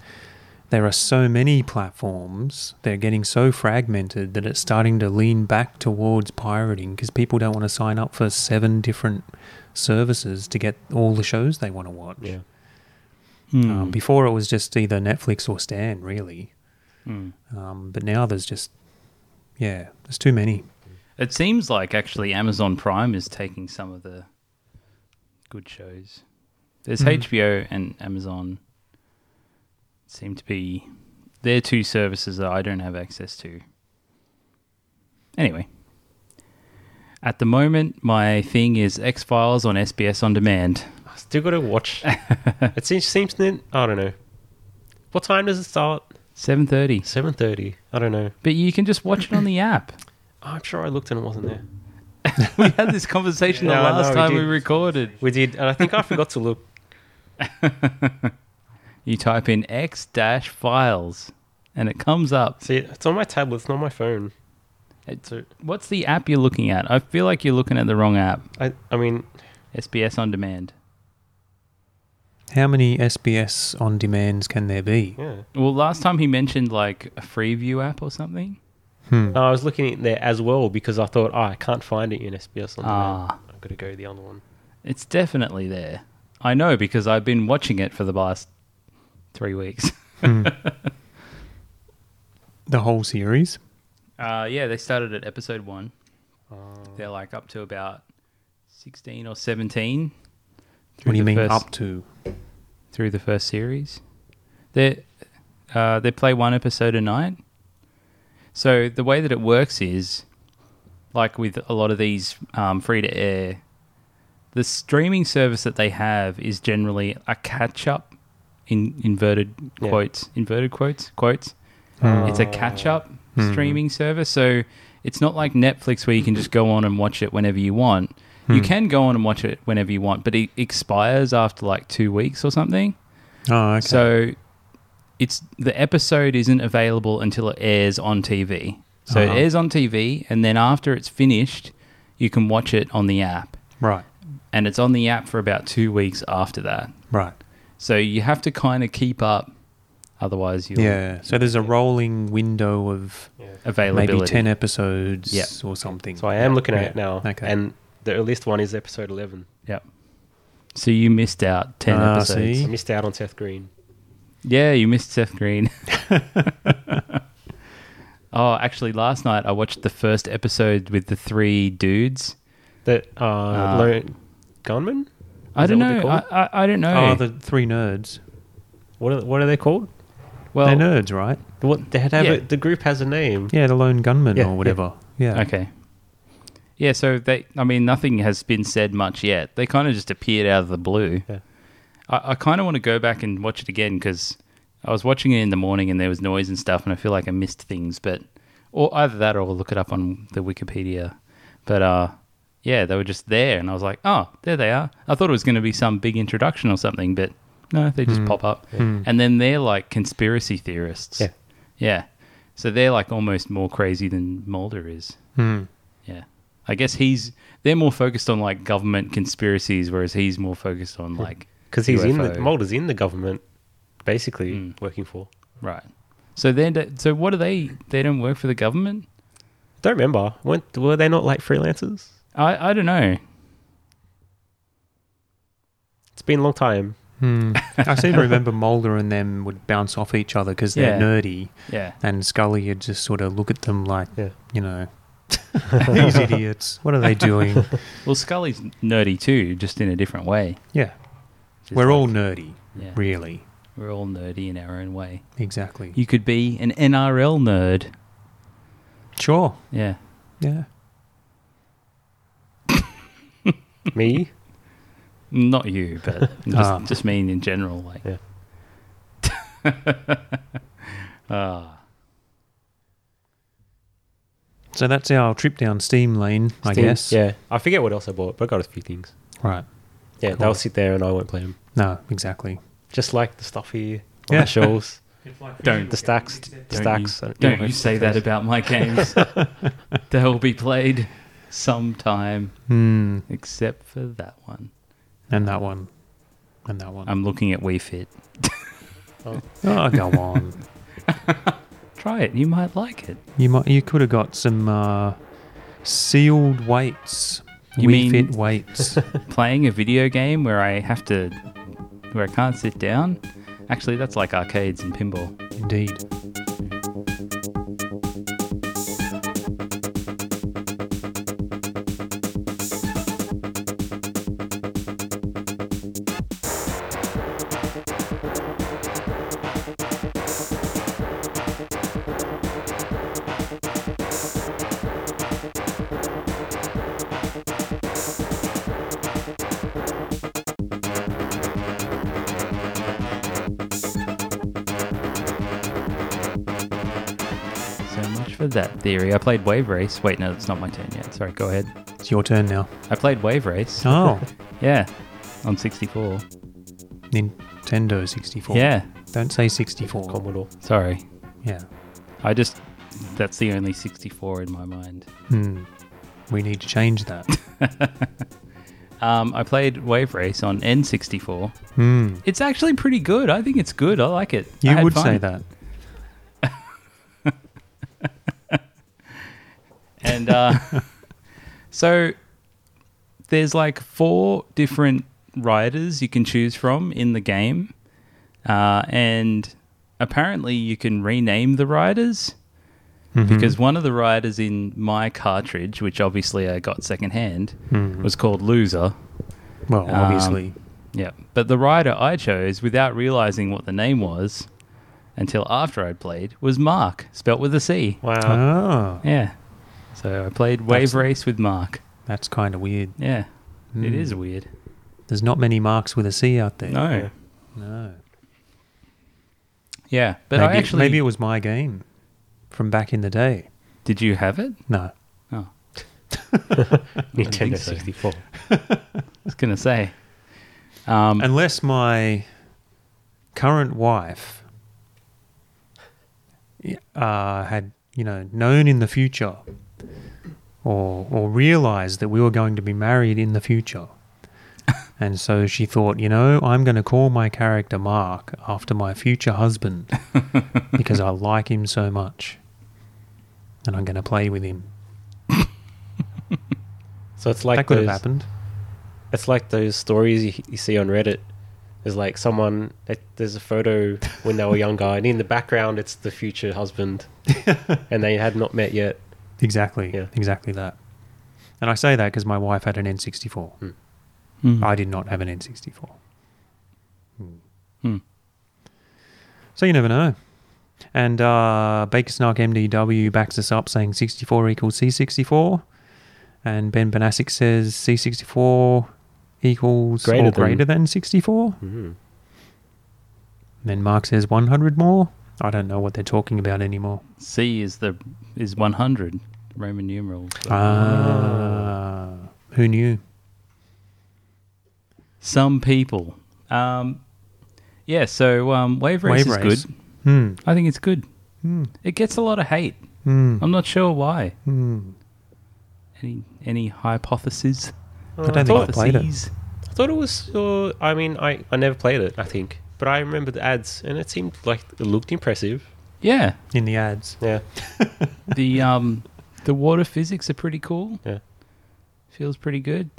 [SPEAKER 1] there are so many platforms, they're getting so fragmented that it's starting to lean back towards pirating because people don't want to sign up for seven different services to get all the shows they want to watch.
[SPEAKER 3] yeah.
[SPEAKER 2] Hmm.
[SPEAKER 1] Um, before it was just either Netflix or Stan, really.
[SPEAKER 2] Mm.
[SPEAKER 1] Um, but now there's just, yeah, there's too many.
[SPEAKER 2] It seems like actually Amazon Prime is taking some of the
[SPEAKER 3] Hmm.
[SPEAKER 2] good shows. There's
[SPEAKER 1] Mhm.
[SPEAKER 2] HBO and Amazon. seem to be they're two services that I don't have access to. Anyway, at the moment, my thing is X Files on SBS on demand.
[SPEAKER 3] I still got to
[SPEAKER 2] <laughs>
[SPEAKER 3] watch. it seems seems then I don't know. What time does it start?
[SPEAKER 2] Seven thirty.
[SPEAKER 3] Seven thirty. I don't know.
[SPEAKER 2] But you can just watch it on
[SPEAKER 3] <laughs>
[SPEAKER 2] the app.
[SPEAKER 3] I'm sure I looked and it wasn't there.
[SPEAKER 2] we had this conversation
[SPEAKER 3] Yeah,
[SPEAKER 2] the
[SPEAKER 3] I
[SPEAKER 2] last
[SPEAKER 3] know, we
[SPEAKER 2] time we,
[SPEAKER 3] did.
[SPEAKER 2] recorded.
[SPEAKER 3] We did, and I think I forgot to look.
[SPEAKER 2] You type in X dash files, and it comes up.
[SPEAKER 3] See, it's on my tablet, it's not my phone.
[SPEAKER 2] It's,
[SPEAKER 3] So-
[SPEAKER 2] what's the app you're looking at? I feel like you're looking at the wrong app.
[SPEAKER 3] I, I mean,
[SPEAKER 2] SBS on demand.
[SPEAKER 1] How many SBS on demands can there be?
[SPEAKER 3] yeah.
[SPEAKER 2] Well, last time he mentioned like a Freeview app or something.
[SPEAKER 1] Hmm.
[SPEAKER 3] No, I was looking at there as well because I thought, oh, I can't find it in SBS on
[SPEAKER 2] Ah.
[SPEAKER 3] demand. I've got to go to the other one.
[SPEAKER 2] It's definitely there. I know because I've been watching it for the last three weeks. <laughs>
[SPEAKER 1] The whole series.
[SPEAKER 2] Uh, yeah, they started at episode one.
[SPEAKER 1] Oh.
[SPEAKER 2] They're like up to about 16 or 17.
[SPEAKER 1] What do you
[SPEAKER 2] the
[SPEAKER 1] mean
[SPEAKER 2] first-
[SPEAKER 1] up to?
[SPEAKER 2] through the first series. They uh, they play one episode a night. So the way that it works is, like with a lot of these um, free to air, the streaming service that they have is generally a catch up, in inverted
[SPEAKER 3] Yeah.
[SPEAKER 2] quotes, inverted quotes, quotes. It's a catch up streaming service. So it's not like Netflix where you can just go on and watch it whenever you want. You can go on and watch it whenever you want, but it expires after like two weeks or something.
[SPEAKER 1] Oh, okay.
[SPEAKER 2] So it's the episode isn't available until it airs on TV. So
[SPEAKER 1] Uh-huh.
[SPEAKER 2] it airs on TV, and then after it's finished, you can watch it on the app.
[SPEAKER 1] right,
[SPEAKER 2] And it's on the app for about two weeks after that.
[SPEAKER 1] right.
[SPEAKER 2] So you have to kind of keep up, otherwise you'll
[SPEAKER 1] Yeah. So there's a rolling window of
[SPEAKER 3] Yeah.
[SPEAKER 2] availability.
[SPEAKER 1] maybe 10 episodes
[SPEAKER 2] Yeah.
[SPEAKER 1] or something.
[SPEAKER 3] So I am looking at
[SPEAKER 1] Yeah.
[SPEAKER 3] it now.
[SPEAKER 1] Okay.
[SPEAKER 3] And the earliest one is episode 11.
[SPEAKER 2] Yep. So you missed out ten
[SPEAKER 1] Ah,
[SPEAKER 2] episodes.
[SPEAKER 1] see?
[SPEAKER 3] I missed out on Seth Green.
[SPEAKER 2] Yeah, you missed
[SPEAKER 1] <laughs>
[SPEAKER 2] Seth Green. <laughs> oh, actually, last night I watched the first episode with the three dudes.
[SPEAKER 3] The uh, lone gunman?
[SPEAKER 2] Ah. I
[SPEAKER 3] Is
[SPEAKER 2] don't
[SPEAKER 3] that what they're
[SPEAKER 2] know. I, I, I don't know.
[SPEAKER 1] Oh, the three nerds.
[SPEAKER 3] What are, what are they called?
[SPEAKER 2] well,
[SPEAKER 1] They're nerds, right?
[SPEAKER 3] What they had to have
[SPEAKER 2] Yeah.
[SPEAKER 3] a, the group has a name.
[SPEAKER 1] Yeah, the lone gunman
[SPEAKER 3] Yeah, yeah.
[SPEAKER 1] or whatever. Yeah.
[SPEAKER 2] okay. Yeah, so they. I mean, nothing has been said much yet. They kind of just appeared out of the blue.
[SPEAKER 3] Yeah.
[SPEAKER 2] I, I kind of want to go back and watch it again because I was watching it in the morning and there was noise and stuff, and I feel like I missed things. But or either that, or we'll look it up on the Wikipedia. But uh, yeah, they were just there, and I was like, oh, there they are. I thought it was going to be some big introduction or something, but no, they
[SPEAKER 3] Hmm.
[SPEAKER 2] just pop up, and then they're like conspiracy theorists.
[SPEAKER 3] Yeah.
[SPEAKER 2] yeah. So they're like almost more crazy than Mulder is.
[SPEAKER 1] Hmm.
[SPEAKER 2] Yeah. I guess he's they're more focused on like government conspiracies, whereas he's more focused on like
[SPEAKER 3] Because he's in the
[SPEAKER 2] UFO.
[SPEAKER 3] Mulder's in the government, basically
[SPEAKER 2] Hmm.
[SPEAKER 3] working for.
[SPEAKER 2] right. So then, so what do they? They don't work for the government.
[SPEAKER 3] Don't remember. Weren't, were they not like freelancers?
[SPEAKER 2] I I don't know.
[SPEAKER 3] It's been a
[SPEAKER 2] <laughs>
[SPEAKER 3] long time.
[SPEAKER 1] Hmm. I seem to remember Mulder and them would bounce off each other because they're
[SPEAKER 2] Yeah.
[SPEAKER 1] nerdy,
[SPEAKER 2] Yeah.
[SPEAKER 1] and Scully would just sort of look at them like,
[SPEAKER 3] Yeah.
[SPEAKER 1] you
[SPEAKER 2] <laughs>
[SPEAKER 1] know, these idiots. What are they doing?
[SPEAKER 2] Well, Scully's nerdy too, just in a different way.
[SPEAKER 1] Yeah,
[SPEAKER 2] Just
[SPEAKER 1] we're
[SPEAKER 2] like-
[SPEAKER 1] all nerdy,
[SPEAKER 2] yeah,
[SPEAKER 1] really.
[SPEAKER 2] we're all nerdy in our own way.
[SPEAKER 1] Exactly.
[SPEAKER 2] You could be an NRL nerd.
[SPEAKER 1] Sure.
[SPEAKER 2] Yeah.
[SPEAKER 1] Yeah.
[SPEAKER 3] Me?
[SPEAKER 2] Not you,
[SPEAKER 1] <laughs>
[SPEAKER 2] but just,
[SPEAKER 1] Ah.
[SPEAKER 2] just mean in general, like.
[SPEAKER 3] Yeah.
[SPEAKER 2] Ah,
[SPEAKER 1] So that's our trip down steam lane, I
[SPEAKER 3] Steam-
[SPEAKER 1] guess.
[SPEAKER 3] Yeah. I forget what else I bought, but I got a few things.
[SPEAKER 1] Right.
[SPEAKER 3] Yeah,
[SPEAKER 1] Cool.
[SPEAKER 3] they'll sit there and I won't play them.
[SPEAKER 1] No, exactly.
[SPEAKER 3] Just like the stuff here, on
[SPEAKER 1] Yeah.
[SPEAKER 3] the shelves,
[SPEAKER 2] don't
[SPEAKER 3] the stacks, the
[SPEAKER 2] Don't
[SPEAKER 3] stacks.
[SPEAKER 2] You,
[SPEAKER 3] uh,
[SPEAKER 2] don't
[SPEAKER 3] yeah.
[SPEAKER 2] you say that about my games. They'll be played sometime,
[SPEAKER 1] Hmm.
[SPEAKER 2] except for that one.
[SPEAKER 1] And that one. And that one.
[SPEAKER 2] I'm looking at Wii Fit.
[SPEAKER 1] oh,
[SPEAKER 2] <laughs>
[SPEAKER 1] go on.
[SPEAKER 2] Try it. You might like it.
[SPEAKER 1] You might. You could have got some uh, sealed weights.
[SPEAKER 2] You
[SPEAKER 1] Wii
[SPEAKER 2] mean-
[SPEAKER 1] Fit
[SPEAKER 2] <laughs>
[SPEAKER 1] weights.
[SPEAKER 2] Playing a video game where I have to, where I can't sit down. Actually, that's like arcades and pinball.
[SPEAKER 1] Indeed.
[SPEAKER 2] for that theory. I played Wave Race. Wait, no, it's not my turn yet. Sorry, go ahead.
[SPEAKER 1] It's your turn now.
[SPEAKER 2] I played Wave Race.
[SPEAKER 1] Oh,
[SPEAKER 2] Yeah, on 64.
[SPEAKER 1] Nintendo 64.
[SPEAKER 2] Yeah,
[SPEAKER 1] Don't say 64.
[SPEAKER 3] Commodore.
[SPEAKER 2] sorry.
[SPEAKER 1] Yeah.
[SPEAKER 2] I just, that's the only 64 in my mind.
[SPEAKER 1] Hmm. We need to change
[SPEAKER 2] <laughs>
[SPEAKER 1] that.
[SPEAKER 2] Um, I played Wave Race on N64.
[SPEAKER 1] Hmm.
[SPEAKER 2] It's actually pretty good. I think it's good. I like it. I
[SPEAKER 1] You
[SPEAKER 2] had
[SPEAKER 1] would
[SPEAKER 2] fun.
[SPEAKER 1] say that. <laughs>
[SPEAKER 2] And uh, so there's like four different riders you can choose from in the game. Uh, and apparently you can rename the riders because
[SPEAKER 1] Hmm.
[SPEAKER 2] one of the riders in my cartridge, which obviously I got secondhand,
[SPEAKER 1] Mhm.
[SPEAKER 2] was um, called Loser.
[SPEAKER 1] Well, obviously.
[SPEAKER 2] Yeah. But the rider I chose without realizing what the name was until after I'd played was Mark, spelt with a C.
[SPEAKER 3] Wow.
[SPEAKER 1] Ah,
[SPEAKER 2] Yeah. So I played Wave
[SPEAKER 1] That's-
[SPEAKER 2] Race with Mark.
[SPEAKER 1] that's kind of weird.
[SPEAKER 2] Yeah. It
[SPEAKER 1] Hmm.
[SPEAKER 2] is weird.
[SPEAKER 1] There's not many marks with a C out there.
[SPEAKER 2] No.
[SPEAKER 3] Yeah.
[SPEAKER 1] No.
[SPEAKER 2] Yeah. But
[SPEAKER 1] maybe,
[SPEAKER 2] I actually
[SPEAKER 1] maybe it was my game from back in the day.
[SPEAKER 2] did you have it?
[SPEAKER 1] No.
[SPEAKER 2] Oh. don't think
[SPEAKER 3] Nintendo
[SPEAKER 2] so.
[SPEAKER 3] 64.
[SPEAKER 2] I was gonna say. Um
[SPEAKER 1] Unless my current wife uh, had, you know, known in the future or or realized that we were going to be married in the future. <laughs> And so she thought, you know, I'm going to call my character Mark after my future <laughs> husband because I like him so much. And I'm going to play with him.
[SPEAKER 3] So it's like
[SPEAKER 1] that could
[SPEAKER 3] those,
[SPEAKER 1] have happened.
[SPEAKER 3] It's like those stories you, you see on Reddit. There's like someone. That, there's a photo when they were younger, and in the background, it's the
[SPEAKER 2] <laughs>
[SPEAKER 3] future husband, and they had not met yet.
[SPEAKER 1] Exactly.
[SPEAKER 3] Yeah.
[SPEAKER 1] Exactly that. And I say that because my wife had an N64.
[SPEAKER 2] hmm.
[SPEAKER 1] I did not have an N64.
[SPEAKER 2] Hmm.
[SPEAKER 1] So you never know. And uh, Baker Snark MDW backs us up saying 64 equals C64. And Ben Banasic says C64 equals
[SPEAKER 3] Greater
[SPEAKER 1] or
[SPEAKER 3] than-
[SPEAKER 1] greater than 64.
[SPEAKER 3] Mm.
[SPEAKER 1] And then Mark says 100 more. I don't know what they're talking about anymore.
[SPEAKER 2] C is the is one hundred Roman numerals. but
[SPEAKER 1] Ah, who knew?
[SPEAKER 2] Some people. Um yeah, so um, Wave Race
[SPEAKER 1] Wave
[SPEAKER 2] is
[SPEAKER 1] Race.
[SPEAKER 2] good.
[SPEAKER 1] Hmm.
[SPEAKER 2] I think it's good.
[SPEAKER 1] Hmm.
[SPEAKER 2] It gets a lot of hate.
[SPEAKER 1] Hmm.
[SPEAKER 2] I'm not sure why.
[SPEAKER 1] Hmm.
[SPEAKER 2] Any any hypotheses?
[SPEAKER 1] I don't think I played it.
[SPEAKER 2] Hypotheses?
[SPEAKER 3] I thought it was. Uh, I mean, I, I never played it. I think, but I remember the ads, and it seemed like it looked impressive.
[SPEAKER 2] Yeah.
[SPEAKER 1] In the ads.
[SPEAKER 3] Yeah,
[SPEAKER 1] <laughs>
[SPEAKER 2] The um the water physics are pretty cool.
[SPEAKER 3] Yeah.
[SPEAKER 2] Feels pretty good.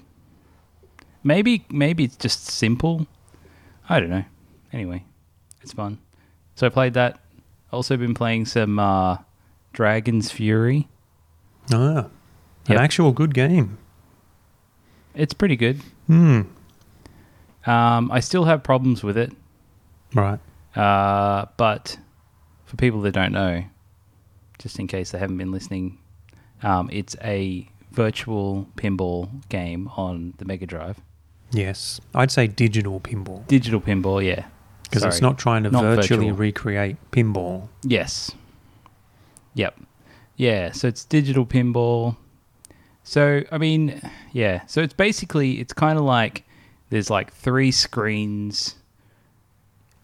[SPEAKER 2] Maybe maybe it's just simple. I don't know. Anyway, it's fun. So I played that. Also been playing some uh Dragon's Fury.
[SPEAKER 1] Ah, an
[SPEAKER 2] Yep.
[SPEAKER 1] actual good game.
[SPEAKER 2] It's pretty good.
[SPEAKER 1] Hmm.
[SPEAKER 2] Um I still have problems with it.
[SPEAKER 1] Right.
[SPEAKER 2] Uh, but for people that don't know, just in case they haven't been listening, um, it's a virtual pinball game on the Mega Drive.
[SPEAKER 1] Yes. I'd say digital pinball
[SPEAKER 2] Digital pinball, yeah.
[SPEAKER 1] because it's
[SPEAKER 2] Sorry.
[SPEAKER 1] not trying to
[SPEAKER 2] Not
[SPEAKER 1] virtually
[SPEAKER 2] virtual.
[SPEAKER 1] recreate pinball.
[SPEAKER 2] Yes. Yep. Yeah, so it's digital pinball. So, I mean, yeah. So it's basically it's kind of like there's like three screens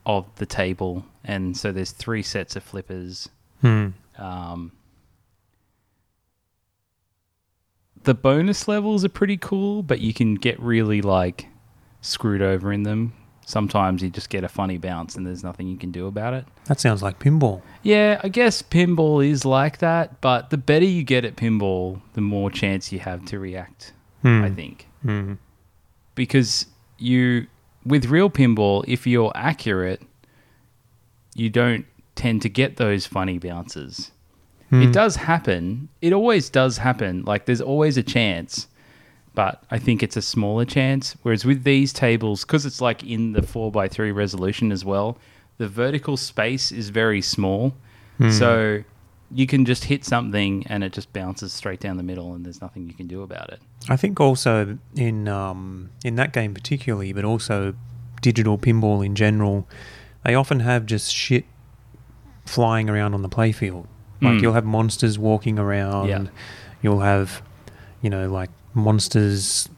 [SPEAKER 2] of the table and so there's three sets of flippers
[SPEAKER 1] Hmm.
[SPEAKER 2] Um, the bonus levels are pretty cool, but you can get really like screwed over in them. Sometimes you just get a funny bounce and there's nothing you can do about it.
[SPEAKER 1] That sounds like pinball.
[SPEAKER 2] Yeah, I guess pinball is like that, but the better you get at pinball, the more chance you have to react,
[SPEAKER 1] Hmm.
[SPEAKER 2] I think.
[SPEAKER 1] Hmm.
[SPEAKER 2] Because you, with real pinball, if you're accurate, you don't tend to get those funny bounces. It does happen. It always does happen. Like there's always a chance, but I think it's a smaller chance. Whereas with these tables, because it's like in the four by three resolution as well, the vertical space is very small. So you can just hit something and it just bounces straight down the middle, and there's nothing you can do about it.
[SPEAKER 1] I think also in um, in that game particularly, but also digital pinball in general, they often have just shit flying around on the playfield. Like
[SPEAKER 2] Mm.
[SPEAKER 1] you'll have monsters walking around.
[SPEAKER 2] Yeah.
[SPEAKER 1] You'll have, you know, like monsters,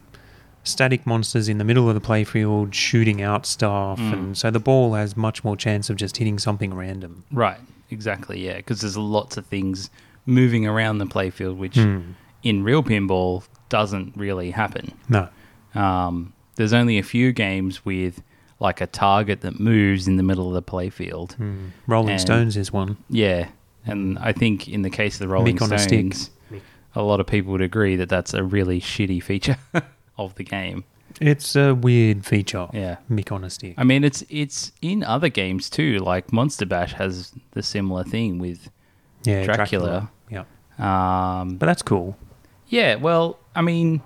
[SPEAKER 1] static monsters in the middle of the playfield shooting out stuff,
[SPEAKER 2] Mm.
[SPEAKER 1] and so the ball has much more chance of just hitting something random.
[SPEAKER 2] Right, exactly, yeah, because there's lots of things moving around the playfield, which
[SPEAKER 1] Hmm.
[SPEAKER 2] in real pinball doesn't really happen.
[SPEAKER 1] No.
[SPEAKER 2] Um, there's only a few games with like a target that moves in the middle of the playfield.
[SPEAKER 1] Hmm. Rolling
[SPEAKER 2] And-
[SPEAKER 1] Stones is one.
[SPEAKER 2] Yeah, and I think in the case of the Rolling
[SPEAKER 1] Mick on a stick.
[SPEAKER 2] Stones, a lot of people would agree that that's a really shitty feature <laughs> of the game.
[SPEAKER 1] It's a weird feature.
[SPEAKER 2] Yeah. Uh,
[SPEAKER 1] Mick on a stick.
[SPEAKER 2] I mean, it's it's in other games too. Like Monster Bash has the similar thing with.
[SPEAKER 1] yeah,
[SPEAKER 2] Dracula.
[SPEAKER 1] Yeah.
[SPEAKER 2] Um,
[SPEAKER 1] But that's cool.
[SPEAKER 2] yeah, well, I mean,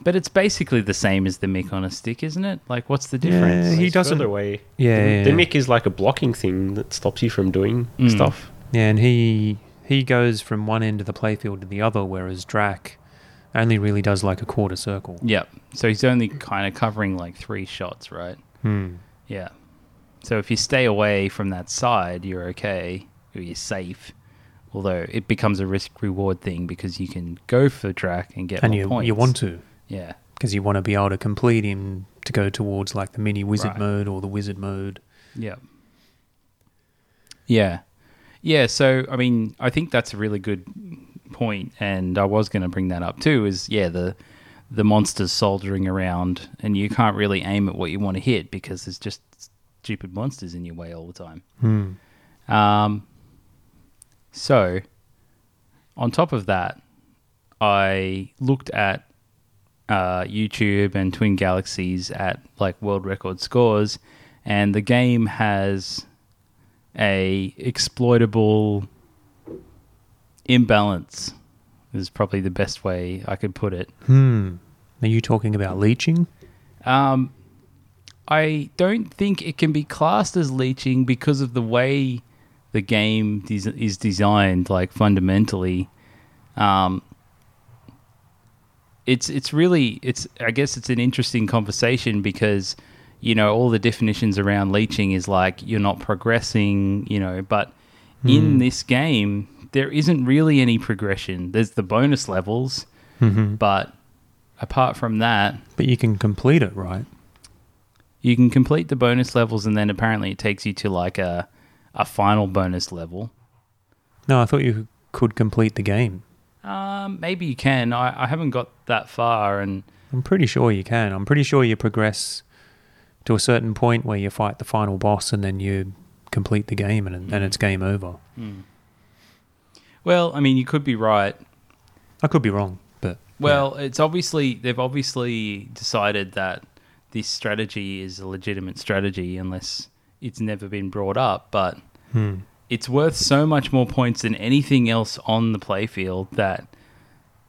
[SPEAKER 2] but it's basically the same as the Mick on a stick, isn't it? Like, what's the difference?
[SPEAKER 1] Yeah, he
[SPEAKER 3] It's
[SPEAKER 1] doesn't-
[SPEAKER 3] further away.
[SPEAKER 1] Yeah,
[SPEAKER 3] the,
[SPEAKER 1] yeah,
[SPEAKER 3] the
[SPEAKER 1] yeah.
[SPEAKER 3] mic is like a blocking thing that stops you from doing
[SPEAKER 2] Mm.
[SPEAKER 3] stuff.
[SPEAKER 1] Yeah, and he he goes from one end of the playfield to the other, whereas Drac only really does like a quarter circle.
[SPEAKER 2] Yep. So he's only kind of covering like three shots, right?
[SPEAKER 1] Hmm.
[SPEAKER 2] Yeah. So if you stay away from that side, you're okay, or you're safe. Although it becomes a risk reward thing because you can go for Drac and get
[SPEAKER 1] And
[SPEAKER 2] more
[SPEAKER 1] you
[SPEAKER 2] points.
[SPEAKER 1] you want to
[SPEAKER 2] Yeah.
[SPEAKER 1] because you want to be able to complete him to go towards like the mini wizard
[SPEAKER 2] Right.
[SPEAKER 1] mode or the wizard mode.
[SPEAKER 2] Yeah. Yeah. Yeah, so I mean, I think that's a really good point and I was going to bring that up too is yeah, the the monsters soldering around and you can't really aim at what you want to hit because there's just stupid monsters in your way all the time.
[SPEAKER 1] Hmm.
[SPEAKER 2] Um, so, on top of that, I looked at uh, YouTube and Twin Galaxies at like world record scores, and the game has a exploitable imbalance. Is probably the best way I could put it.
[SPEAKER 1] Hmm. Are you talking about leeching?
[SPEAKER 2] Um, I don't think it can be classed as leeching because of the way the game des- is designed. Like fundamentally, um, it's it's really it's I guess it's an interesting conversation because you know all the definitions around leeching is like you're not progressing, you know, but in this game there isn't really any progression. There's the bonus levels,
[SPEAKER 1] Mm-hmm.
[SPEAKER 2] but apart from that,
[SPEAKER 1] But you can complete it, right?
[SPEAKER 2] you can complete the bonus levels and then apparently it takes you to like a a final bonus level
[SPEAKER 1] No, I thought you could complete the game.
[SPEAKER 2] um maybe you can i, I haven't got that far and
[SPEAKER 1] I'm pretty sure you can. I'm pretty sure you progress to a certain point where you fight the final boss and then you complete the game and then
[SPEAKER 2] Hmm.
[SPEAKER 1] it's game over.
[SPEAKER 2] well i mean you could be right
[SPEAKER 1] I could be wrong, but
[SPEAKER 2] well it's obviously they've obviously decided that this strategy is a legitimate strategy unless it's never been brought up but
[SPEAKER 1] yeah. Hmm.
[SPEAKER 2] it's worth so much more points than anything else on the playfield that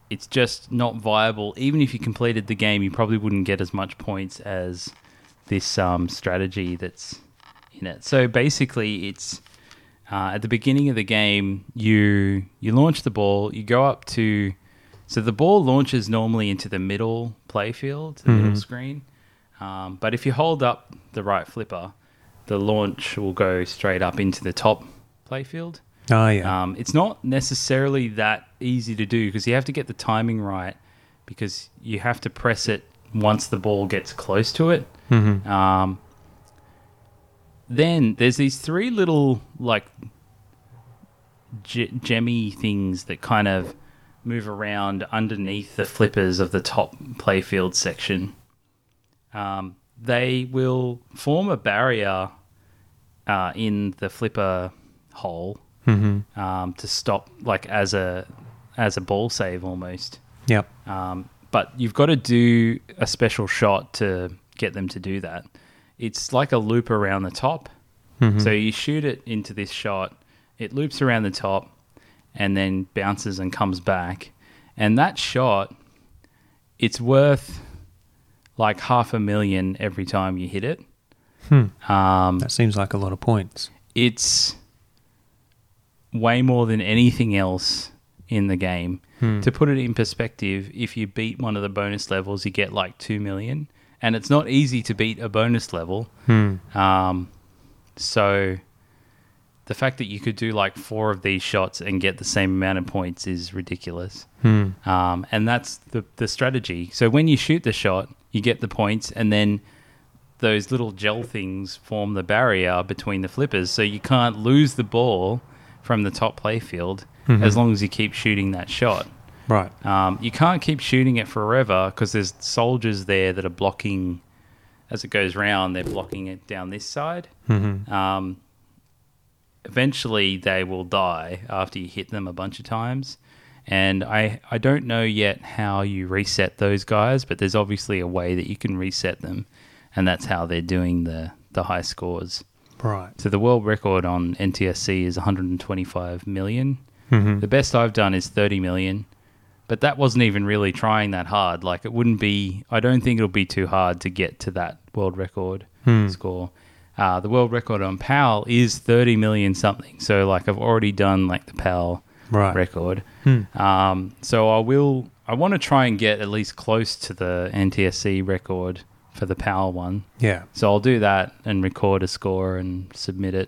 [SPEAKER 2] it's just not viable. Even if you completed the game, you probably wouldn't get as much points as this um, strategy that's in it. So basically, it's uh, at the beginning of the game, you you launch the ball, you go up to, so the ball launches normally into the middle playfield, the middle screen. Um, but if you hold up the right flipper, the launch will go straight up into the top playfield.
[SPEAKER 1] Oh yeah.
[SPEAKER 2] Um, it's not necessarily that easy to do because you have to get the timing right because you have to press it once the ball gets close to it. Um, then there's these three little like ge- gemmy things that kind of move around underneath the flippers of the top playfield section. Um, they will form a barrier uh, in the flipper hole
[SPEAKER 1] hmm
[SPEAKER 2] um, to stop like as a as a ball save almost.
[SPEAKER 1] Yep.
[SPEAKER 2] Um, but you've got to do a special shot to get them to do that. It's like a loop around the top. So you shoot it into this shot, it loops around the top, and then bounces and comes back. And that shot, it's worth like half a million every time you hit it. Um,
[SPEAKER 1] That seems like a lot of points.
[SPEAKER 2] it's way more than anything else in the game. To put it in perspective, if you beat one of the bonus levels, you get like 2 million. And it's not easy to beat a bonus level. Um, so the fact that you could do like four of these shots and get the same amount of points is ridiculous.
[SPEAKER 1] Hmm.
[SPEAKER 2] Um, and that's the, the strategy. So when you shoot the shot, you get the points, and then those little gel things form the barrier between the flippers. So you can't lose the ball from the top playfield
[SPEAKER 1] Mhm.
[SPEAKER 2] as long as you keep shooting that shot.
[SPEAKER 1] Right.
[SPEAKER 2] Um, you can't keep shooting it forever because there's soldiers there that are blocking. As it goes round, they're blocking it down this side.
[SPEAKER 1] hmm
[SPEAKER 2] Um, eventually, they will die after you hit them a bunch of times. And I, I don't know yet how you reset those guys, but there's obviously a way that you can reset them. And that's how they're doing the, the high scores.
[SPEAKER 1] Right.
[SPEAKER 2] So the world record on NTSC is 125 million.
[SPEAKER 1] hmm
[SPEAKER 2] The best I've done is 30 million, but that wasn't even really trying that hard. Like, it wouldn't be, I don't think it'll be too hard to get to that world record
[SPEAKER 1] Hmm.
[SPEAKER 2] score. Uh, the world record on PAL is 30 million something. So, like, I've already done like the PAL
[SPEAKER 1] Right.
[SPEAKER 2] record.
[SPEAKER 1] Hmm.
[SPEAKER 2] Um, so, I will, I want to try and get at least close to the NTSC record for the PAL one.
[SPEAKER 1] Yeah.
[SPEAKER 2] So, I'll do that and record a score and submit it.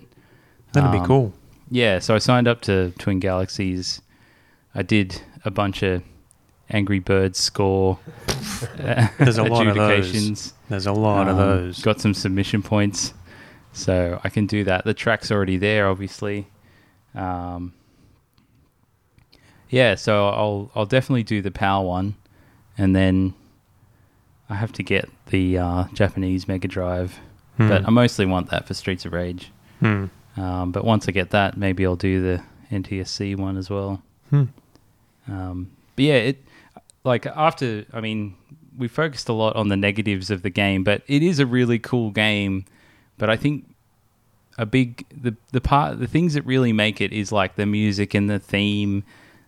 [SPEAKER 1] That'd be
[SPEAKER 2] Um,
[SPEAKER 1] cool.
[SPEAKER 2] Yeah, so I signed up to Twin Galaxies. I did a bunch of Angry Birds score
[SPEAKER 1] There's a lot of those.
[SPEAKER 2] adjudications.
[SPEAKER 1] There's a lot of
[SPEAKER 2] Um,
[SPEAKER 1] those.
[SPEAKER 2] Got some submission points, so I can do that. The track's already there, obviously. Um, yeah, so I'll I'll definitely do the PAL one, and then I have to get the uh, Japanese Mega Drive,
[SPEAKER 1] Hmm.
[SPEAKER 2] but I mostly want that for Streets of Rage.
[SPEAKER 1] Hmm.
[SPEAKER 2] Um, but once I get that, maybe I'll do the NTSC one as well.
[SPEAKER 1] Hmm.
[SPEAKER 2] Um, but yeah, it like after I mean, we focused a lot on the negatives of the game, but it is a really cool game. But I think a big the the part the things that really make it is like the music and the theme,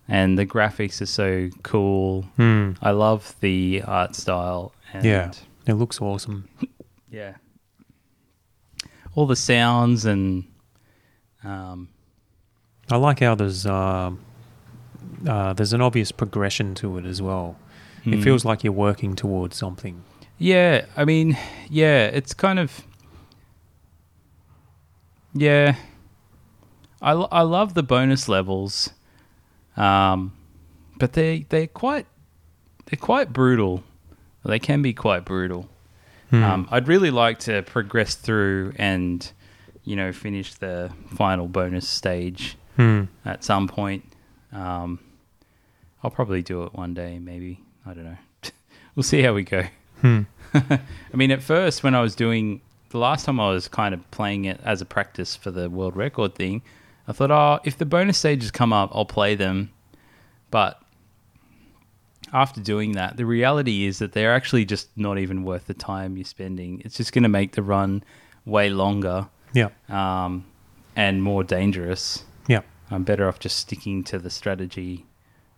[SPEAKER 2] and the graphics are so cool.
[SPEAKER 1] Hmm.
[SPEAKER 2] I love the art style. And
[SPEAKER 1] Yeah. It looks awesome.
[SPEAKER 2] yeah. All the sounds and um,
[SPEAKER 1] I like how there's um uh, there's an obvious progression to it as well. It
[SPEAKER 2] Hmm.
[SPEAKER 1] feels like you're working towards something.
[SPEAKER 2] Yeah, I mean, yeah, it's kind of. Yeah. I, lo- I love the bonus levels. Um, but they they're quite they're quite brutal. They can be quite brutal. Um, I'd really like to progress through and you know finish the final bonus stage
[SPEAKER 1] Hmm.
[SPEAKER 2] at some point. Um, I'll probably do it one day, maybe. I don't know. <laughs> we'll see how we go.
[SPEAKER 1] Hmm.
[SPEAKER 2] <laughs> I mean, at first, when I was doing the last time I was kind of playing it as a practice for the world record thing, I thought, oh, if the bonus stages come up, I'll play them. But after doing that, the reality is that they're actually just not even worth the time you're spending. It's just going to make the run way longer
[SPEAKER 1] Yeah.
[SPEAKER 2] um, and more dangerous.
[SPEAKER 1] Yeah.
[SPEAKER 2] I'm better off just sticking to the strategy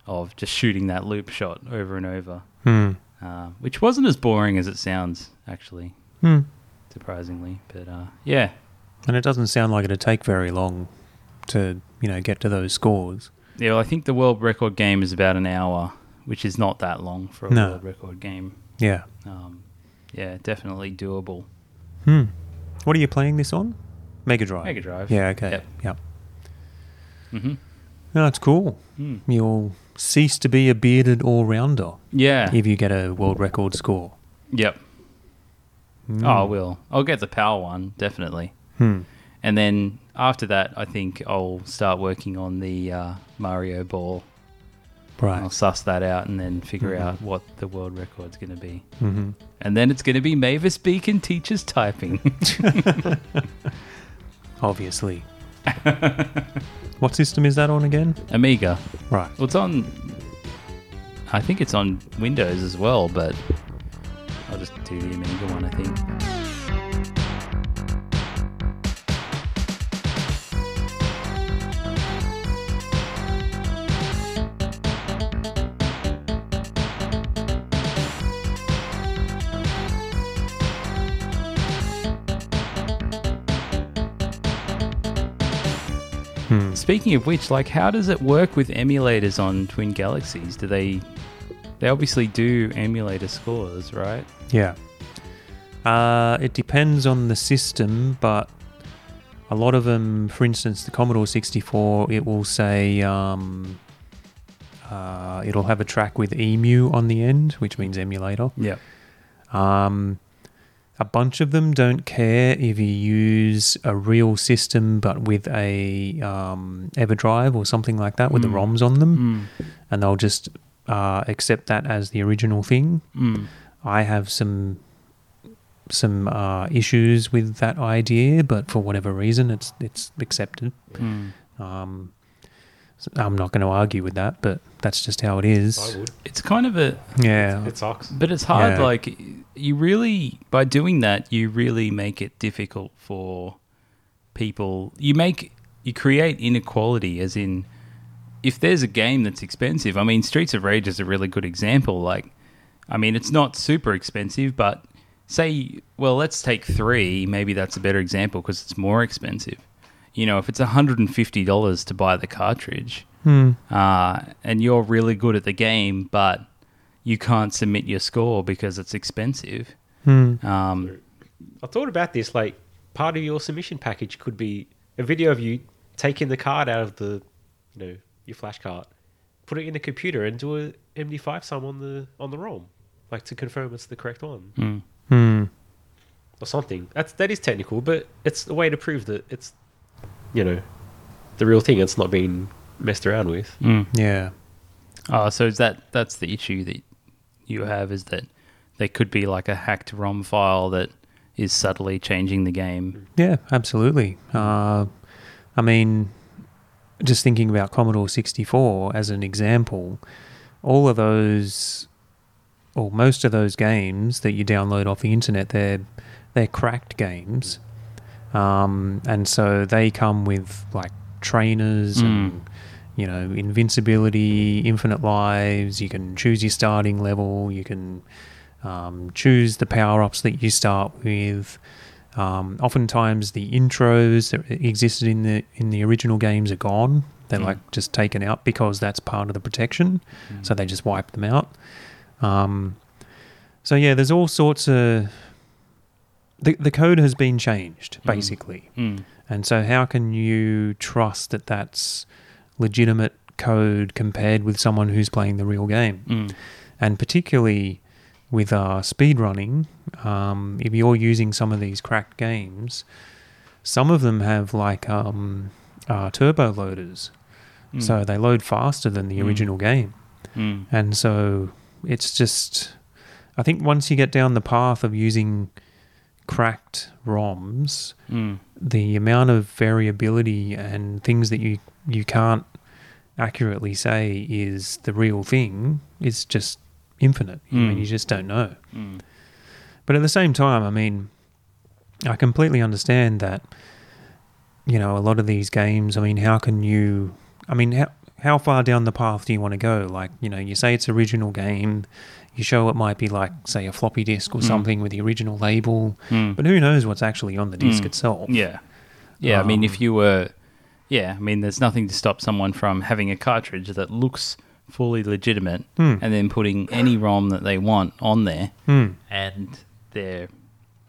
[SPEAKER 2] of just shooting that loop shot over and over,
[SPEAKER 1] Hmm.
[SPEAKER 2] uh, which wasn't as boring as it sounds, actually
[SPEAKER 1] Hmm.
[SPEAKER 2] surprisingly. But uh, yeah,
[SPEAKER 1] And it doesn't sound like it'd take very long to you know get to those scores.
[SPEAKER 2] yeah. Well, I think the world record game is about an hour, which is not that long for a
[SPEAKER 1] No.
[SPEAKER 2] world record game.
[SPEAKER 1] Yeah.
[SPEAKER 2] Um, yeah, definitely doable.
[SPEAKER 1] Hmm. What are you playing this on? Mega Drive.
[SPEAKER 2] Mega Drive.
[SPEAKER 1] Yeah. Okay.
[SPEAKER 2] Yep.
[SPEAKER 1] Yep.
[SPEAKER 2] hmm
[SPEAKER 1] No, it's cool.
[SPEAKER 2] Mm.
[SPEAKER 1] You'll cease to be a bearded all rounder
[SPEAKER 2] Yeah.
[SPEAKER 1] if you get a world record score.
[SPEAKER 2] Yep.
[SPEAKER 1] Mm.
[SPEAKER 2] Oh, I will. I'll get the power one definitely,
[SPEAKER 1] Hmm.
[SPEAKER 2] and then after that, I think I'll start working on the uh, Mario Ball. I'll
[SPEAKER 1] Right.
[SPEAKER 2] suss that out and then figure out what the world record's going to be.
[SPEAKER 1] Mm-hmm.
[SPEAKER 2] And then it's going to be Mavis Beacon teaches typing. <laughs> <laughs>
[SPEAKER 1] Obviously. what system is that on again?
[SPEAKER 2] Amiga.
[SPEAKER 1] Right.
[SPEAKER 2] Well, it's on. I think it's on Windows as well, but I'll just do the Amiga one. I think.
[SPEAKER 1] Hmm.
[SPEAKER 2] Speaking of which, like, how does it work with emulators on Twin Galaxies? Do they? They obviously do emulator scores, right?
[SPEAKER 1] Yeah. Uh, it depends on the system, but a a lot of them, for instance, the Commodore 64, it will say um, uh, it'll have a track with EMU on the end, which means emulator.
[SPEAKER 2] Yeah.
[SPEAKER 1] Um, a bunch of them don't care if you use a real system, but with a um, EverDrive or something like that, with the
[SPEAKER 2] Mm.
[SPEAKER 1] ROMs on them,
[SPEAKER 2] Mm.
[SPEAKER 1] and they'll just uh, accept that as the original thing.
[SPEAKER 2] Mm.
[SPEAKER 1] I have some some uh, issues with that idea, but for whatever reason, it's it's accepted.
[SPEAKER 2] Mm.
[SPEAKER 1] Um, so I'm not going to argue with that, but that's just how it is.
[SPEAKER 3] I would.
[SPEAKER 2] It's kind of a,
[SPEAKER 1] Yeah,
[SPEAKER 3] It sucks.
[SPEAKER 2] but it's hard.
[SPEAKER 1] Yeah.
[SPEAKER 2] Like you really, by doing that, you really make it difficult for people. You make you create inequality, as in, if there's a game that's expensive. I mean, Streets of Rage is a really good example. Like, I mean, it's not super expensive, but say, well, let's take three. Maybe that's a better example because it's more expensive. You know, if it's hundred and fifty dollars to buy the cartridge,
[SPEAKER 1] Hmm.
[SPEAKER 2] uh, and you're really good at the game, but you can't submit your score because it's expensive.
[SPEAKER 1] Hmm.
[SPEAKER 2] Um,
[SPEAKER 3] I thought about this. Like, part of your submission package could be a video of you taking the card out of the, you know, your flash card, put it in the computer, and do a MD5 sum on the on the ROM, like to confirm it's the correct one
[SPEAKER 2] mm,
[SPEAKER 1] Hmm.
[SPEAKER 3] or something. That's that is technical, but it's a way to prove that it's, you know, the real thing. It's not being messed around with.
[SPEAKER 2] mm.
[SPEAKER 1] Yeah.
[SPEAKER 2] Oh, so is that that's the issue that you have is that there could be like a hacked ROM file that is subtly changing the game.
[SPEAKER 1] Yeah, absolutely. Uh, I mean, just thinking about Commodore 64 as an example, all of those, or most of those games that you download off the internet, they're they're cracked games, um, and so they come with like trainers
[SPEAKER 2] Mm.
[SPEAKER 1] and you know invincibility, infinite lives. You can choose your starting level. You can um, choose the power ups that you start with. Um, oftentimes, the intros that existed in the in the original games are gone. They're
[SPEAKER 2] Mm.
[SPEAKER 1] like just taken out because that's part of the protection. Hmm. So they just wipe them out. Um, so yeah, there's all sorts of the the code has been changed
[SPEAKER 2] Mm.
[SPEAKER 1] basically.
[SPEAKER 2] Mm.
[SPEAKER 1] And so, how can you trust that that's legitimate code compared with someone who's playing the real game?
[SPEAKER 2] Mm.
[SPEAKER 1] And particularly with uh, speedrunning, um, if you're using some of these cracked games, some of them have like um, uh, turbo loaders.
[SPEAKER 2] Mm.
[SPEAKER 1] So they load faster than the
[SPEAKER 2] Mm.
[SPEAKER 1] original game.
[SPEAKER 2] Mm.
[SPEAKER 1] And so it's just, I think once you get down the path of using cracked ROMs,
[SPEAKER 2] Mm.
[SPEAKER 1] the amount of variability and things that you you can't accurately say is the real thing is just infinite. I mean,
[SPEAKER 2] Mm.
[SPEAKER 1] you just don't know.
[SPEAKER 2] Mm.
[SPEAKER 1] But at the same time, I mean, I completely understand that. You know, a lot of these games. I mean, how can you? I mean, how how far down the path do you want to go? Like, you know, you say it's original game. You show it might be like, say, a floppy disk or
[SPEAKER 2] Mm.
[SPEAKER 1] something with the original label,
[SPEAKER 2] Mm.
[SPEAKER 1] but who knows what's actually on the disk
[SPEAKER 2] Mm.
[SPEAKER 1] itself?
[SPEAKER 2] Yeah. Yeah, I mean,
[SPEAKER 1] Um,
[SPEAKER 2] if you were, yeah, I mean, there's nothing to stop someone from having a cartridge that looks fully legitimate
[SPEAKER 1] Hmm.
[SPEAKER 2] and then putting any ROM that they want on there,
[SPEAKER 1] Hmm.
[SPEAKER 2] and they're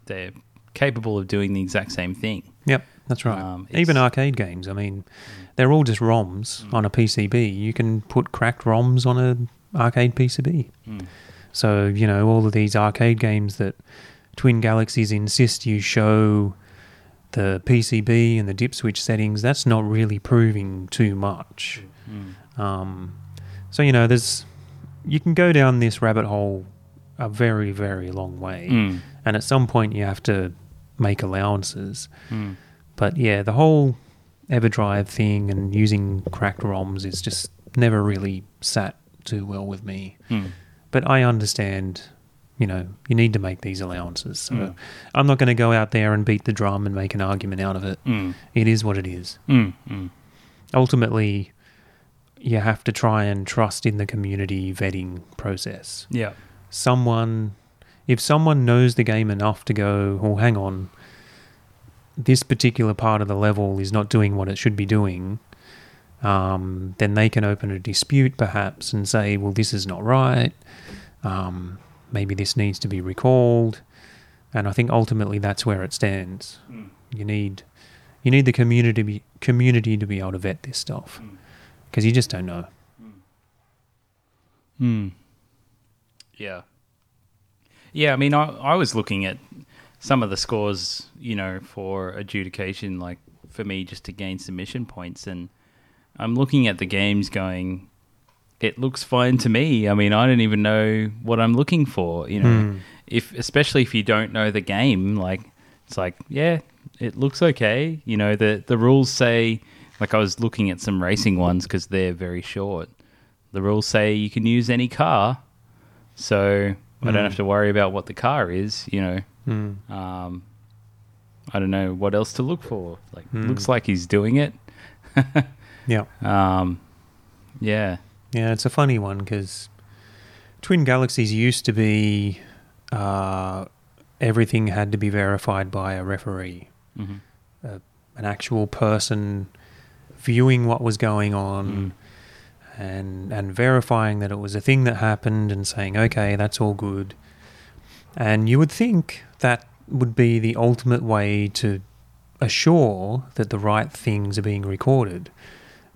[SPEAKER 2] they're capable of doing the exact same thing.
[SPEAKER 1] Yep, that's right.
[SPEAKER 2] Um, it's- Mm.
[SPEAKER 1] Even arcade games. I mean, they're all just ROMs on a PCB. You can put cracked ROMs on a arcade PCB.
[SPEAKER 2] Mm.
[SPEAKER 1] So you know all of these arcade games that Twin Galaxies insist you show the PCB and the dip switch settings. That's not really proving too much.
[SPEAKER 2] Mm.
[SPEAKER 1] Um, so you know, there's you can go down this rabbit hole a very very long way,
[SPEAKER 2] Mm.
[SPEAKER 1] and at some point you have to make allowances.
[SPEAKER 2] Mm.
[SPEAKER 1] But yeah, the whole EverDrive thing and using cracked ROMs is just never really sat too well with me.
[SPEAKER 2] Mm.
[SPEAKER 1] But I understand, you know, you need to make these allowances. So
[SPEAKER 2] Mm.
[SPEAKER 1] I'm not going to go out there and beat the drum and make an argument out of it.
[SPEAKER 2] Mm.
[SPEAKER 1] It is what it is.
[SPEAKER 2] Mm. Mm.
[SPEAKER 1] Ultimately, you have to try and trust in the community vetting process.
[SPEAKER 2] Yeah.
[SPEAKER 1] Someone, if someone knows the game enough to go, oh, hang on, this particular part of the level is not doing what it should be doing, um, then they can open a dispute perhaps and say, well, this is not right. Um, maybe this needs to be recalled. And I think ultimately that's where it stands. You need You need the community to be, community to be able to vet this stuff because you just don't know.
[SPEAKER 2] Hmm. Yeah. Yeah, I mean, I, I was looking at some of the scores, you know, for adjudication, like for me, just to gain submission points. And I'm looking at the games going, it looks fine to me. I mean, I don't even know what I'm looking for, you know, if, especially if you don't know the game, like, it's like, yeah, it looks okay. You know, the, the rules say, like, I was looking at some racing ones because they're very short. The rules say you can use any car, so I don't have to worry about what the car is, you know. Um, I don't know what else to look for. Like, looks like he's doing it.
[SPEAKER 1] Yeah.
[SPEAKER 2] Um, yeah.
[SPEAKER 1] Yeah, it's a funny one because Twin Galaxies used to be uh, everything had to be verified by a referee,
[SPEAKER 2] Mhm.
[SPEAKER 1] uh, an actual person viewing what was going on and and verifying that it was a thing that happened and saying, okay, that's all good. And you would think that would be the ultimate way to assure that the right things are being recorded.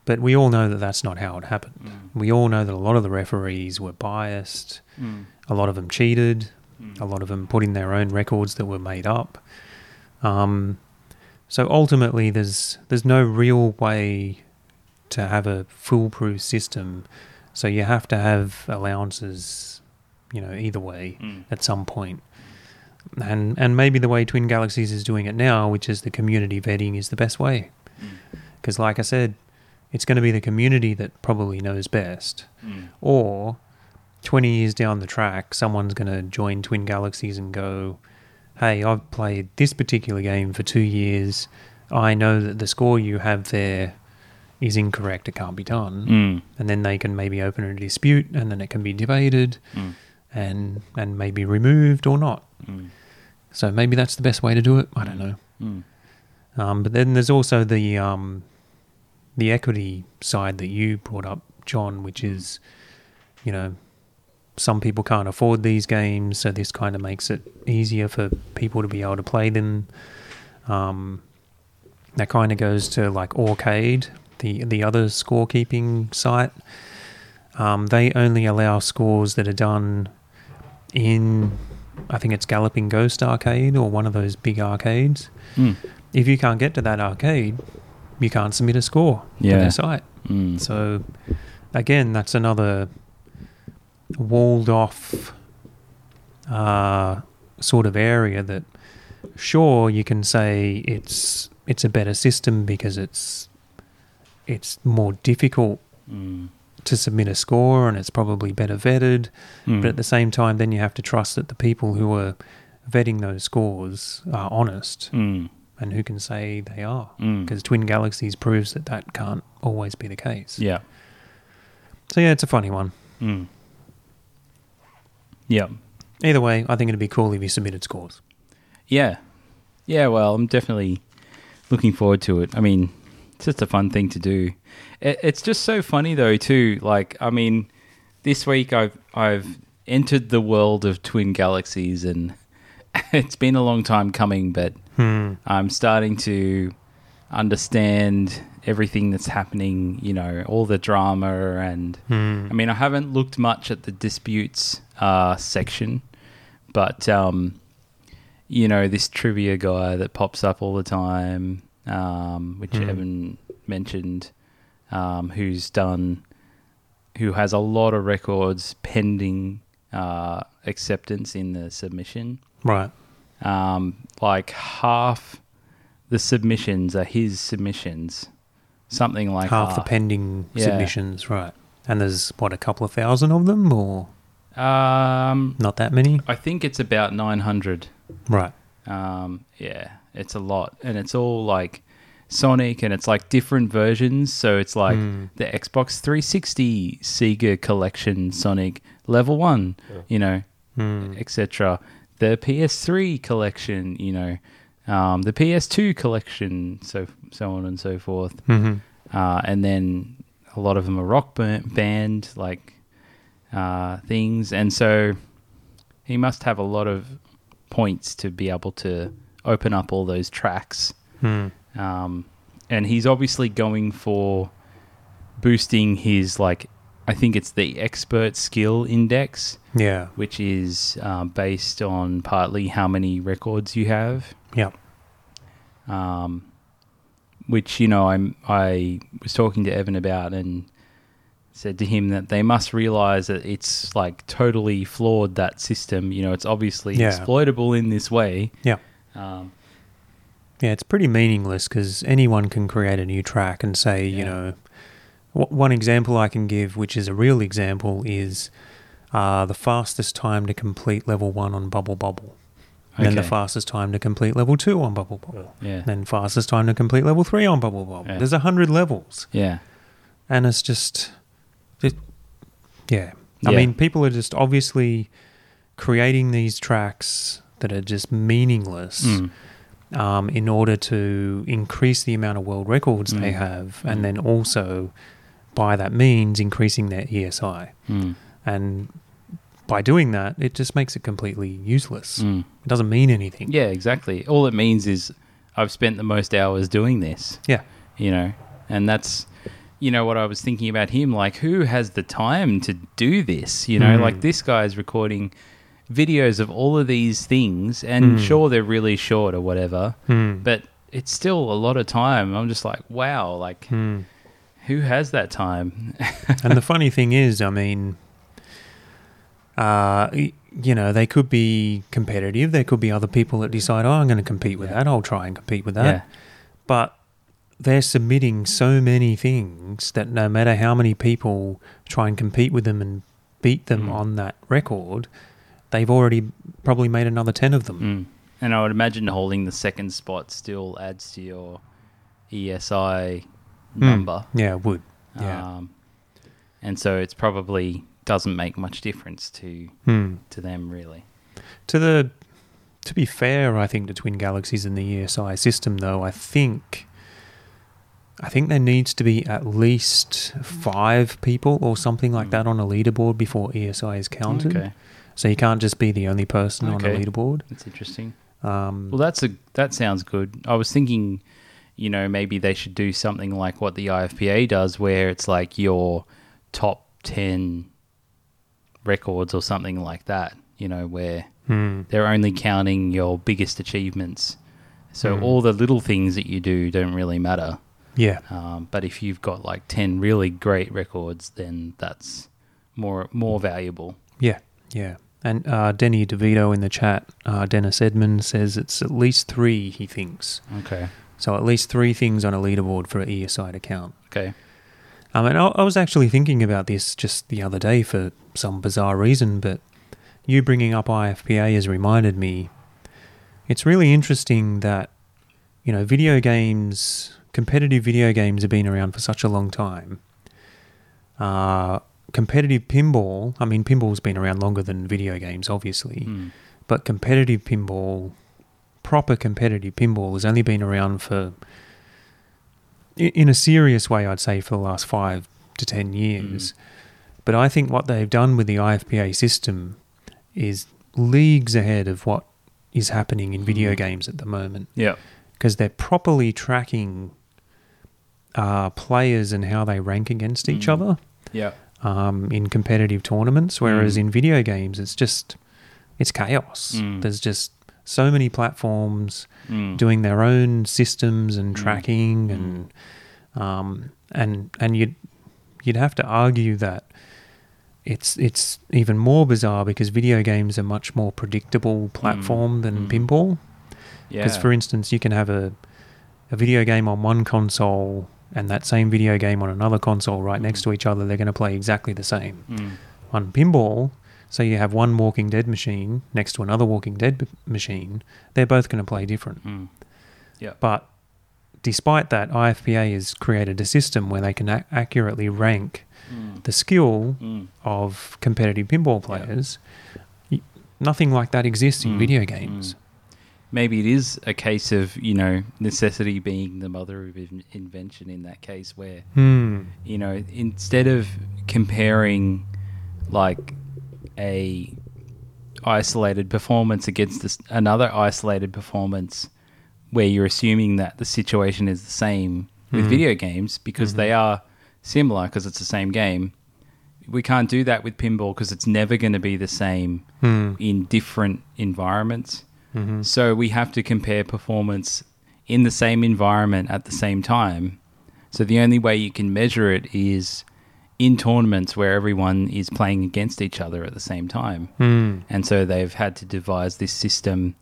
[SPEAKER 1] But we all know that that's not how it happened. We all know that a lot of the referees were biased. A lot of them cheated. A lot of them put in their own records that were made up. Um, so ultimately, there's there's no real way to have a foolproof system. So you have to have allowances, you know, either way
[SPEAKER 2] Mm.
[SPEAKER 1] at some point. And and maybe the way Twin Galaxies is doing it now, which is the community vetting, is the best way. Because, like I said, it's going to be the community that probably knows best.
[SPEAKER 2] Mm-hmm.
[SPEAKER 1] Or 20 years down the track, someone's going to join Twin Galaxies and go, hey, I've played this particular game for two years. I know that the score you have there is incorrect. It can't be done.
[SPEAKER 2] Mm.
[SPEAKER 1] And then they can maybe open a dispute and then it can be debated
[SPEAKER 2] Mm.
[SPEAKER 1] and, and maybe removed or not.
[SPEAKER 2] Mm.
[SPEAKER 1] So maybe that's the best way to do it. I don't know.
[SPEAKER 2] Mm.
[SPEAKER 1] Um, but then there's also the um, the equity side that you brought up, John, which is, you know, some people can't afford these games, so this kind of makes it easier for people to be able to play them. Um, that kind of goes to like Orcade, the the other scorekeeping site. Um, they only allow scores that are done in, I think it's Galloping Ghost Arcade or one of those big arcades
[SPEAKER 2] Mm.
[SPEAKER 1] if you can't get to that arcade, you can't submit a score to
[SPEAKER 2] Yeah.
[SPEAKER 1] their site.
[SPEAKER 2] Mm.
[SPEAKER 1] So, again, that's another walled off uh, sort of area that, sure, you can say it's it's a better system because it's it's more difficult
[SPEAKER 2] Mm.
[SPEAKER 1] to submit a score and it's probably better vetted.
[SPEAKER 2] Mm.
[SPEAKER 1] But at the same time, then you have to trust that the people who are vetting those scores are honest
[SPEAKER 2] Mm.
[SPEAKER 1] and who can say they are
[SPEAKER 2] Mm.
[SPEAKER 1] because twin galaxies proves that that can't always be the case
[SPEAKER 2] Yeah.
[SPEAKER 1] so yeah it's a funny one
[SPEAKER 2] Mm. Yeah.
[SPEAKER 1] either way i think it'd be cool if you submitted scores
[SPEAKER 2] Yeah. Yeah, well, I'm definitely looking forward to it. I mean, it's just a fun thing to do. It, it's just so funny though, too. Like, I mean, this week I've I've entered the world of twin galaxies and <laughs> it's been a long time coming, but I'm starting to understand everything that's happening, you know, all the drama and
[SPEAKER 1] Hmm.
[SPEAKER 2] I mean, I haven't looked much at the disputes uh, section, but um, you know, this trivia guy that pops up all the time, um, which
[SPEAKER 1] Hmm.
[SPEAKER 2] Evan mentioned, um, who's done, who has a lot of records pending uh, acceptance in the submission.
[SPEAKER 1] right
[SPEAKER 2] Um, like half the submissions are his submissions, something like
[SPEAKER 1] half the
[SPEAKER 2] that.
[SPEAKER 1] pending
[SPEAKER 2] Yeah.
[SPEAKER 1] submissions right and there's what a couple of thousand of them or
[SPEAKER 2] um,
[SPEAKER 1] not that many
[SPEAKER 2] I think it's about nine hundred.
[SPEAKER 1] right
[SPEAKER 2] Um, yeah, it's a lot, and it's all like Sonic, and it's like different versions. So it's like the Xbox 360 Sega Collection Sonic Level One, you know, Hmm. etc. The PS3 collection, you know, um, the PS2 collection, so so on and so forth.
[SPEAKER 1] Mm-hmm.
[SPEAKER 2] Uh, and then a lot of them are rock ba- band like uh, things, and so he must
[SPEAKER 1] Hmm.
[SPEAKER 2] have a lot of points to be able to open up all those tracks um, and he's obviously going for boosting his like I think it's the expert skill index,
[SPEAKER 1] Yeah.
[SPEAKER 2] which is uh, based on partly how many records you have.
[SPEAKER 1] Yeah.
[SPEAKER 2] um, which you know I'm I was talking to Evan about and said to him that they must realize that it's like totally flawed that system. You know, it's obviously
[SPEAKER 1] Yeah.
[SPEAKER 2] exploitable in this way.
[SPEAKER 1] Yeah.
[SPEAKER 2] Um,
[SPEAKER 1] Yeah, it's pretty meaningless because anyone can create a new track and say, you
[SPEAKER 2] Yeah.
[SPEAKER 1] know, w- one example I can give, which is a real example, is uh, the fastest time to complete level one on Bubble Bubble, and then the
[SPEAKER 2] Okay.
[SPEAKER 1] fastest time to complete level two on Bubble Bubble,
[SPEAKER 2] yeah,
[SPEAKER 1] then fastest time to complete level three on Bubble Bubble.
[SPEAKER 2] Yeah.
[SPEAKER 1] There's a hundred levels,
[SPEAKER 2] yeah,
[SPEAKER 1] and it's just, it, yeah. I
[SPEAKER 2] Yeah.
[SPEAKER 1] mean, people are just obviously creating these tracks that are just meaningless
[SPEAKER 2] Mm.
[SPEAKER 1] um, in order to increase the amount of world records they
[SPEAKER 2] Mm.
[SPEAKER 1] have, and
[SPEAKER 2] Mm.
[SPEAKER 1] then also by that means increasing their ESI.
[SPEAKER 2] Mm.
[SPEAKER 1] And by doing that, it just makes it completely useless.
[SPEAKER 2] Mm.
[SPEAKER 1] It doesn't mean anything.
[SPEAKER 2] yeah, exactly. All it means is I've spent the most hours doing this.
[SPEAKER 1] Yeah.
[SPEAKER 2] you know and that's you know what i was thinking about him like who has the time to do this you know
[SPEAKER 1] Mm.
[SPEAKER 2] like this guy is recording videos of all of these things and
[SPEAKER 1] Mm.
[SPEAKER 2] sure they're really short or whatever
[SPEAKER 1] Hmm.
[SPEAKER 2] but it's still a lot of time i'm just like wow like <laughs>
[SPEAKER 1] Hmm.
[SPEAKER 2] who has that time <laughs>
[SPEAKER 1] and the funny thing is, I mean, uh, y- you know, they could be competitive. There could be other people that decide, oh, I'm going to compete with
[SPEAKER 2] Yeah.
[SPEAKER 1] that. I'll try and compete with that. but they're submitting so many things that no matter how many people try and compete with them and beat them
[SPEAKER 2] Mm.
[SPEAKER 1] on that record, they've already probably made another 10 of them.
[SPEAKER 2] yeah mm. and i would imagine holding the second spot still adds to your esi number
[SPEAKER 1] Yeah, it would. Hmm. Yeah.
[SPEAKER 2] um, and so it's probably doesn't make much difference to
[SPEAKER 1] Hmm.
[SPEAKER 2] to them really.
[SPEAKER 1] To the to be fair, I think to Twin Galaxies and the ESI system though, I think I think there needs to be at least 5 people or something like
[SPEAKER 2] Mm.
[SPEAKER 1] that on a leaderboard before ESI is counted.
[SPEAKER 2] Okay,
[SPEAKER 1] So you can't just be the only person on
[SPEAKER 2] Okay.
[SPEAKER 1] a leaderboard.
[SPEAKER 2] that's interesting.
[SPEAKER 1] Um,
[SPEAKER 2] Well, that's a that sounds good. I was thinking, you know, maybe they should do something like what the IFPA does, where it's like your top ten records or something like that. You know, where
[SPEAKER 1] hmm.
[SPEAKER 2] they're only counting your biggest achievements. So
[SPEAKER 1] Mm.
[SPEAKER 2] all the little things that you do don't really matter.
[SPEAKER 1] Yeah.
[SPEAKER 2] Um, but if you've got like ten really great records, then that's more more valuable.
[SPEAKER 1] Yeah, yeah. And uh, Denny DeVito in the chat, uh, Dennis Edmond says it's at least three, he thinks.
[SPEAKER 2] Okay.
[SPEAKER 1] So at least three things on a E leaderboard for an ESI to count.
[SPEAKER 2] Okay.
[SPEAKER 1] Um, and I, I was actually thinking about this just the other day for some bizarre reason, but you bringing up IFPA has reminded me. It's really interesting that, you know, video games, competitive video games have been around for such a long time. Uh, competitive pinball, I mean, pinball's been around longer than video games, obviously,
[SPEAKER 2] Mm.
[SPEAKER 1] but competitive pinball, proper competitive pinball, has only been around for, i- in a serious way, I'd say, for the last five to ten
[SPEAKER 2] Mm.
[SPEAKER 1] years. But I think what they've done with the IFPA system is leagues ahead of what is happening in video
[SPEAKER 2] Mm.
[SPEAKER 1] games at the moment
[SPEAKER 2] Yeah.
[SPEAKER 1] because they're properly tracking uh, players and how they rank against each
[SPEAKER 2] Mm.
[SPEAKER 1] other
[SPEAKER 2] Yeah.
[SPEAKER 1] um, in competitive tournaments, whereas
[SPEAKER 2] Mm.
[SPEAKER 1] in video games, it's just it's chaos.
[SPEAKER 2] Mm.
[SPEAKER 1] There's just so many platforms
[SPEAKER 2] Mm.
[SPEAKER 1] doing their own systems and
[SPEAKER 2] Mm.
[SPEAKER 1] tracking, and um, and and you'd you'd have to argue that it's it's even more bizarre because video games are much more predictable platform than
[SPEAKER 2] Mm.
[SPEAKER 1] pinball.
[SPEAKER 2] yeah.
[SPEAKER 1] Because, for instance, you can have a, a video game on one console and that same video game on another console right next to each other. They're going to play exactly the same.
[SPEAKER 2] Mm.
[SPEAKER 1] On pinball, so you have one Walking Dead machine next to another Walking Dead b- machine, they're both going to play different.
[SPEAKER 2] Mm.
[SPEAKER 1] But despite that, IFPA has created a system where they can ac accurately rank
[SPEAKER 2] Mm.
[SPEAKER 1] the skill
[SPEAKER 2] Mm.
[SPEAKER 1] of competitive pinball
[SPEAKER 2] Yeah.
[SPEAKER 1] players. Y Nothing like that exists in
[SPEAKER 2] Mm.
[SPEAKER 1] video games.
[SPEAKER 2] Mm. Maybe it is a case of you know necessity being the mother of in- invention in that case, where
[SPEAKER 1] Hmm.
[SPEAKER 2] you know instead of comparing like a isolated performance against this, another isolated performance, where you're assuming that the situation is the same with video games because they are similar because it's the same game. We can't do that with pinball because it's never going to be the same in different environments. So we have to compare performance in the same environment at the same time. So the only way you can measure it is in tournaments where everyone is playing against each other at the same time.
[SPEAKER 1] Mm.
[SPEAKER 2] And so they've had to devise this system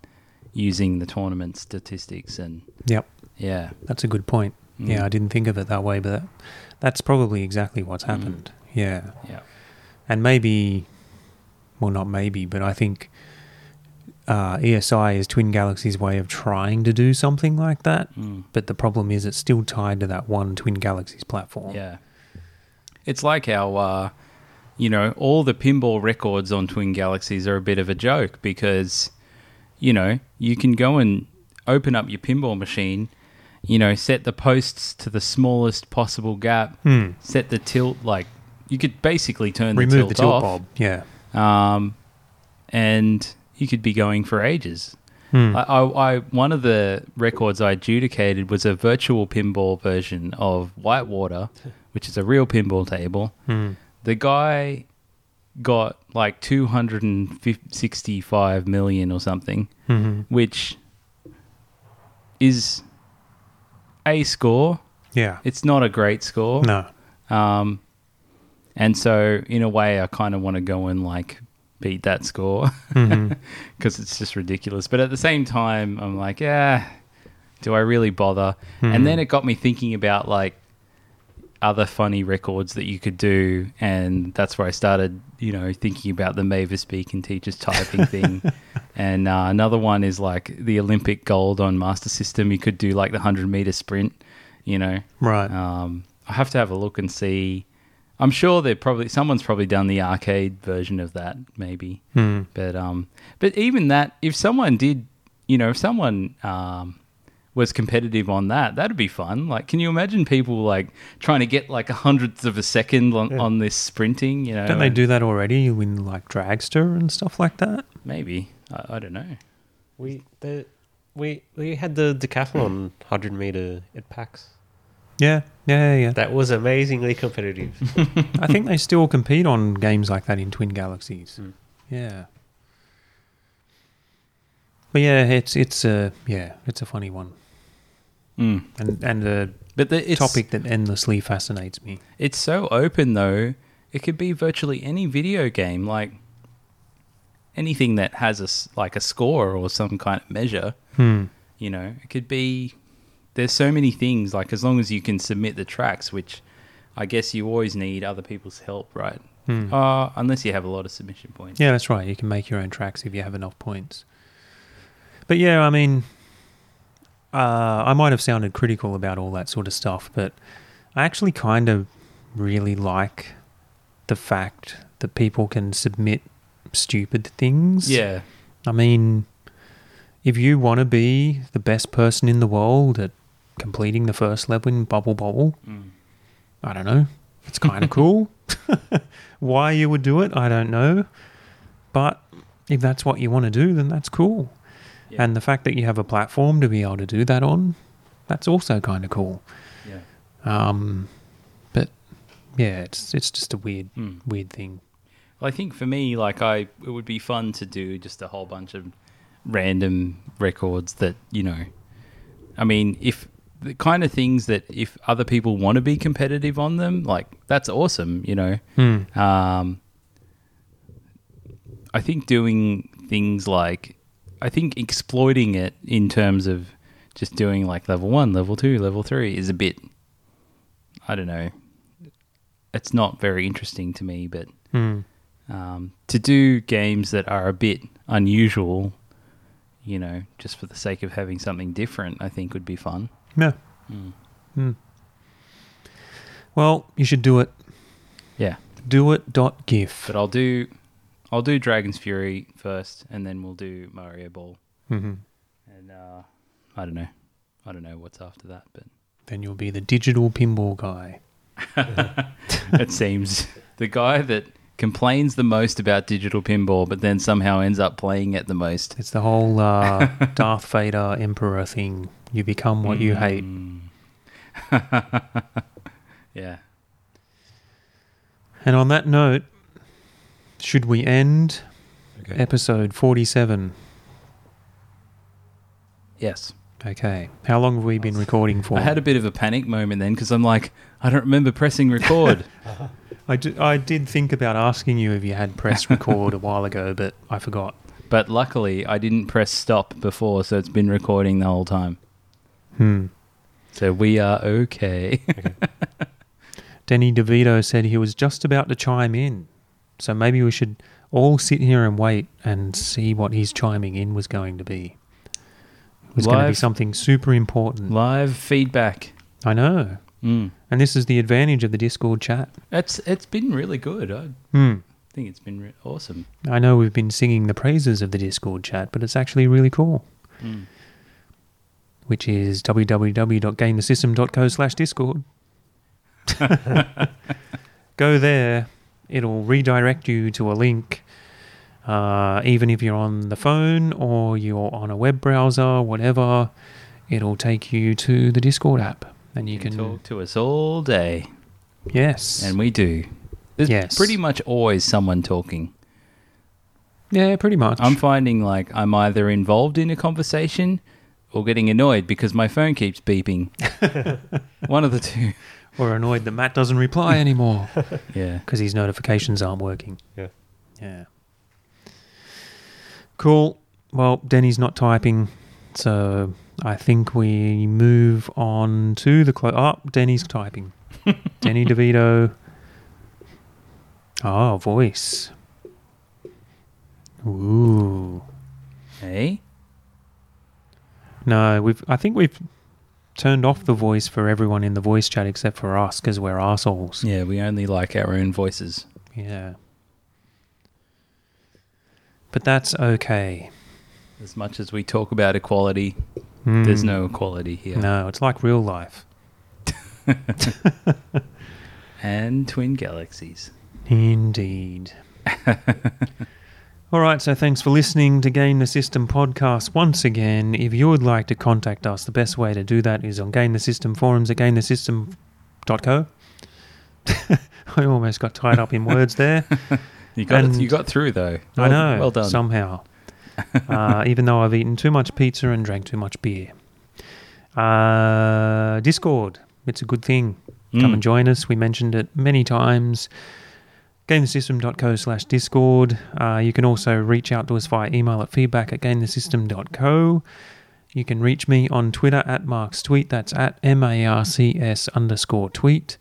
[SPEAKER 2] using the tournament statistics and
[SPEAKER 1] Yep.
[SPEAKER 2] yeah.
[SPEAKER 1] That's a good point. Yeah, I didn't think of it that way, but that, that's probably exactly what's happened. Yeah.
[SPEAKER 2] Yeah.
[SPEAKER 1] And maybe, well, not maybe, but I think uh, ESI is Twin Galaxy's way of trying to do something like that.
[SPEAKER 2] Mm.
[SPEAKER 1] But the problem is it's still tied to that one Twin Galaxies platform.
[SPEAKER 2] Yeah. It's like how, uh, you know, all the pinball records on Twin Galaxies are a bit of a joke because, you know, you can go and open up your pinball machine, you know, set the posts to the smallest possible gap,
[SPEAKER 1] Hmm.
[SPEAKER 2] set the tilt, like, you could basically turn
[SPEAKER 1] Remove
[SPEAKER 2] the tilt,
[SPEAKER 1] the tilt
[SPEAKER 2] off,
[SPEAKER 1] bob. Yeah.
[SPEAKER 2] um, and you could be going for ages.
[SPEAKER 1] Hmm.
[SPEAKER 2] I, I, I one of the records I adjudicated was a virtual pinball version of Whitewater, which is a real pinball table.
[SPEAKER 1] Hmm.
[SPEAKER 2] The guy got like 265 million or something,
[SPEAKER 1] Mhm.
[SPEAKER 2] which is a score.
[SPEAKER 1] Yeah.
[SPEAKER 2] It's not a great score.
[SPEAKER 1] No.
[SPEAKER 2] Um, and so, in a way, I kind of want to go and like beat that score because <laughs> it's just ridiculous. But at the same time, I'm like, yeah, do I really bother? And then it got me thinking about like other funny records that you could do. And that's where I started, you know, thinking about the Mavis Beacon teachers typing thing. And uh, another one is like the Olympic gold on Master System. You could do like the 100 meter sprint, you know.
[SPEAKER 1] Right.
[SPEAKER 2] Um, I have to have a look and see. I'm sure they probably someone's probably done the arcade version of that, maybe.
[SPEAKER 1] Hmm.
[SPEAKER 2] But um, but even that, if someone did, you know, if someone um, was competitive on that, that'd be fun. Like, can you imagine people like trying to get like a hundredth of a second on, on this sprinting? You know,
[SPEAKER 1] Don't they
[SPEAKER 2] and-
[SPEAKER 1] do that already in like Dragster and stuff like that?
[SPEAKER 2] Maybe I, I don't know.
[SPEAKER 3] We the we we had the
[SPEAKER 1] Hmm.
[SPEAKER 3] decathlon hundred meter at PAX.
[SPEAKER 1] Yeah. Yeah, yeah, yeah.
[SPEAKER 3] That was amazingly competitive.
[SPEAKER 1] I think they still compete on games like that in Twin Galaxies. Yeah. But yeah, it's it's a yeah, it's a funny one,
[SPEAKER 2] Mm.
[SPEAKER 1] and and a
[SPEAKER 2] But the, it's,
[SPEAKER 1] topic that endlessly fascinates me.
[SPEAKER 2] It's so open though. It could be virtually any video game, like anything that has a s- like a score or some kind of measure.
[SPEAKER 1] Hmm.
[SPEAKER 2] You know, it could be. There's so many things. Like as long as you can submit the tracks, which I guess you always need other people's help, right?
[SPEAKER 1] Hmm.
[SPEAKER 2] Uh, unless you have a lot of submission points.
[SPEAKER 1] Yeah, that's right. You can make your own tracks if you have enough points. But yeah, I mean, uh, I might have sounded critical about all that sort of stuff, but I actually kind of really like the fact that people can submit stupid things.
[SPEAKER 2] Yeah.
[SPEAKER 1] I mean, if you want to be the best person in the world at completing the first level in Bubble Bobble,
[SPEAKER 2] Mm.
[SPEAKER 1] I don't know. It's kind <laughs> of cool. Why you would do it, I don't know. But if that's what you want to do, then that's cool.
[SPEAKER 2] Yeah.
[SPEAKER 1] And the fact that you have a platform to be able to do that on, that's also kind of cool.
[SPEAKER 2] Yeah.
[SPEAKER 1] Um, but yeah, it's it's just a weird
[SPEAKER 2] Mm.
[SPEAKER 1] weird thing.
[SPEAKER 2] Well, I think for me, like I, it would be fun to do just a whole bunch of random records that you know. I mean, if the kind of things that if other people want to be competitive on them, like that's awesome, you know.
[SPEAKER 1] Hmm.
[SPEAKER 2] Um, I think doing things like, I think exploiting it in terms of just doing like level one, level two, level three is a bit. I don't know. It's not very interesting to me, but
[SPEAKER 1] Hmm.
[SPEAKER 2] um, to do games that are a bit unusual, you know, just for the sake of having something different, I think would be fun.
[SPEAKER 1] Yeah. Hmm. Well, you should do it.
[SPEAKER 2] Yeah,
[SPEAKER 1] Do it. Dot gif.
[SPEAKER 2] but I'll do, I'll do Dragon's Fury first, and then we'll do Mario Ball,
[SPEAKER 1] hmm
[SPEAKER 2] and uh, I don't know, I don't know what's after that,
[SPEAKER 1] <laughs>
[SPEAKER 2] but
[SPEAKER 1] Then you'll be the digital pinball guy.
[SPEAKER 2] it seems the guy that complains the most about digital pinball, but then somehow ends up playing it the most. <laughs>
[SPEAKER 1] It's the whole uh, Darth Vader Emperor thing. You become what
[SPEAKER 2] Hmm.
[SPEAKER 1] you hate.
[SPEAKER 2] <laughs> yeah.
[SPEAKER 1] And on that note, should we end
[SPEAKER 3] Okay.
[SPEAKER 1] episode 47?
[SPEAKER 2] Yes.
[SPEAKER 1] Okay. How long have we been recording for?
[SPEAKER 2] I had a bit of a panic moment then because I'm like, I don't remember pressing <laughs> record.
[SPEAKER 1] I, d- I did think about asking you if you had
[SPEAKER 2] <laughs>
[SPEAKER 1] pressed record a while ago, but I forgot.
[SPEAKER 2] but luckily, I didn't press stop before, so it's been recording the whole time.
[SPEAKER 1] Hmm.
[SPEAKER 2] So we are <laughs> okay.
[SPEAKER 1] Danny DeVito said he was just about to chime in. So maybe we should all sit here and wait and see what his chiming in was going to be. It was going to be
[SPEAKER 2] Live-
[SPEAKER 1] something super important.
[SPEAKER 2] Live feedback.
[SPEAKER 1] I know.
[SPEAKER 2] Mm.
[SPEAKER 1] And this is the advantage of the Discord chat.
[SPEAKER 2] It's it's been really good. I
[SPEAKER 1] Hmm.
[SPEAKER 2] think it's been re- awesome.
[SPEAKER 1] I know we've been singing the praises of the Discord chat, but it's actually really cool.
[SPEAKER 2] Mm.
[SPEAKER 1] Which is www.gamethesystem.co slash Discord. Go there, it'll redirect you to a link. Uh, even if you're on the phone or you're on a web browser, whatever, it'll take you to the Discord app. And you can,
[SPEAKER 2] talk to us all day,
[SPEAKER 1] yes.
[SPEAKER 2] and we do. There's
[SPEAKER 1] Yes.
[SPEAKER 2] pretty much always someone talking.
[SPEAKER 1] yeah, pretty much.
[SPEAKER 2] I'm finding like I'm either involved in a conversation or getting annoyed because my phone keeps <laughs> beeping. One of the two.
[SPEAKER 1] or annoyed that Matt doesn't
[SPEAKER 2] <laughs>
[SPEAKER 1] reply anymore.
[SPEAKER 2] Yeah.
[SPEAKER 1] because his notifications aren't working.
[SPEAKER 3] Yeah.
[SPEAKER 1] Yeah. Cool. Well, Denny's not typing, so I think we move on to the close. Oh, Denny's typing. Denny DeVito. Oh, voice. Ooh.
[SPEAKER 2] Hey.
[SPEAKER 1] No, we've. I think we've turned off the voice for everyone in the voice chat except for us because we're assholes.
[SPEAKER 2] Yeah, we only like our own voices.
[SPEAKER 1] Yeah. But that's okay.
[SPEAKER 2] As much as we talk about equality,
[SPEAKER 1] Mm.
[SPEAKER 2] there's no equality here.
[SPEAKER 1] No, it's like real life.
[SPEAKER 2] And twin galaxies. <laughs>
[SPEAKER 1] Indeed. All right, so thanks for listening to Gain the System podcast once again. If you would like to contact us, the best way to do that is on Gain the System forums at gainthesystem.co. <laughs> I almost got tied up in words there.
[SPEAKER 2] You got
[SPEAKER 1] And-
[SPEAKER 2] it, you got through though.
[SPEAKER 1] I know.
[SPEAKER 2] Well done.
[SPEAKER 1] Somehow. uh, <laughs> even though I've eaten too much pizza and drank too much beer. Uh, Discord. It's a good thing. Come
[SPEAKER 3] Hmm.
[SPEAKER 2] Mm.
[SPEAKER 1] and join us. We mentioned it many times. GameTheSystem.co slash Discord. Uh, you can also reach out to us via email at feedback at GameTheSystem.co. You can reach me on Twitter at Mark's Tweet. That's at M A R C S underscore tweet.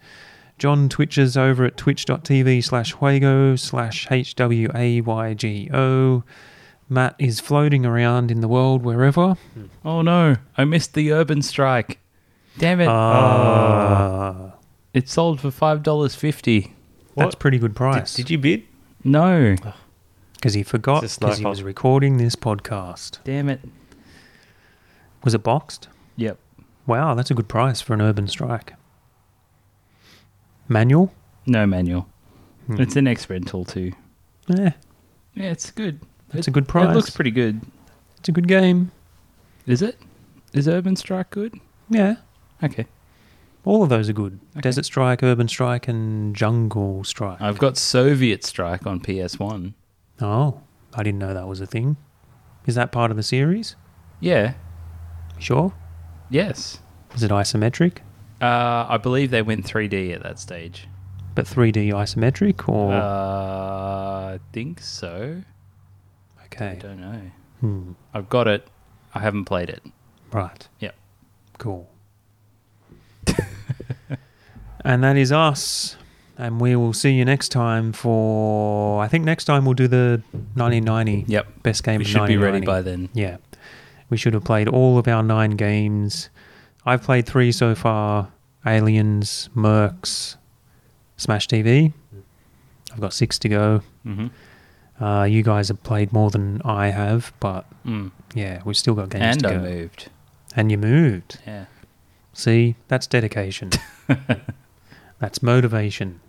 [SPEAKER 1] John twitches over at twitch.tv slash Huaygo slash H W A Y G O. Matt is floating around in the world wherever.
[SPEAKER 2] Oh no, I missed the urban strike. Damn it. Uh,
[SPEAKER 1] Ah,
[SPEAKER 2] it sold for $5.50.
[SPEAKER 1] that's
[SPEAKER 3] What?
[SPEAKER 1] pretty good
[SPEAKER 3] Did,
[SPEAKER 1] price.
[SPEAKER 3] did you bid?
[SPEAKER 2] No.
[SPEAKER 1] Because he forgot
[SPEAKER 3] It's a
[SPEAKER 1] because he
[SPEAKER 3] sniper.
[SPEAKER 1] was recording this podcast.
[SPEAKER 2] Damn it.
[SPEAKER 1] Was it boxed?
[SPEAKER 2] Yep.
[SPEAKER 1] Wow, that's a good price for an urban strike. Manual?
[SPEAKER 2] No manual.
[SPEAKER 1] Hmm.
[SPEAKER 2] It's an X rental too.
[SPEAKER 1] Eh,
[SPEAKER 2] Yeah, it's good.
[SPEAKER 1] that's
[SPEAKER 2] It-
[SPEAKER 1] a good price.
[SPEAKER 2] It looks pretty good.
[SPEAKER 1] it's a good game.
[SPEAKER 2] Is it? Is Urban Strike good?
[SPEAKER 1] Yeah,
[SPEAKER 2] Okay.
[SPEAKER 1] all of those are good.
[SPEAKER 2] Okay.
[SPEAKER 1] Desert Strike, Urban Strike, and Jungle Strike.
[SPEAKER 2] I've got Soviet Strike on PS1.
[SPEAKER 1] oh, I didn't know that was a thing. Is that part of the series?
[SPEAKER 2] Yeah.
[SPEAKER 1] Sure.
[SPEAKER 2] Yes.
[SPEAKER 1] Is it isometric?
[SPEAKER 2] Uh, I believe they went 3D at that stage.
[SPEAKER 1] But 3D isometric? Or.
[SPEAKER 2] Uh, I think so. I
[SPEAKER 1] okay.
[SPEAKER 2] don't know.
[SPEAKER 1] Hmm.
[SPEAKER 2] I've got it. I haven't played it.
[SPEAKER 1] Right.
[SPEAKER 2] Yep.
[SPEAKER 1] Cool. <laughs> and that is us. And we will see you next time for. I think next time we'll do the 1990
[SPEAKER 2] Yep.
[SPEAKER 1] best game.
[SPEAKER 2] We
[SPEAKER 1] of
[SPEAKER 2] should be ready
[SPEAKER 1] 1990.
[SPEAKER 2] by then.
[SPEAKER 1] Yeah, we should have played all of our nine games. I've played three so far: Aliens, Mercs, Smash TV. I've got six to go.
[SPEAKER 2] Mm-hmm.
[SPEAKER 1] Uh, you guys have played more than I have, but
[SPEAKER 2] Mm.
[SPEAKER 1] yeah, we've still got games
[SPEAKER 2] And
[SPEAKER 1] to
[SPEAKER 2] I
[SPEAKER 1] go.
[SPEAKER 2] moved.
[SPEAKER 1] And you moved.
[SPEAKER 2] Yeah.
[SPEAKER 1] See, that's dedication. that's motivation.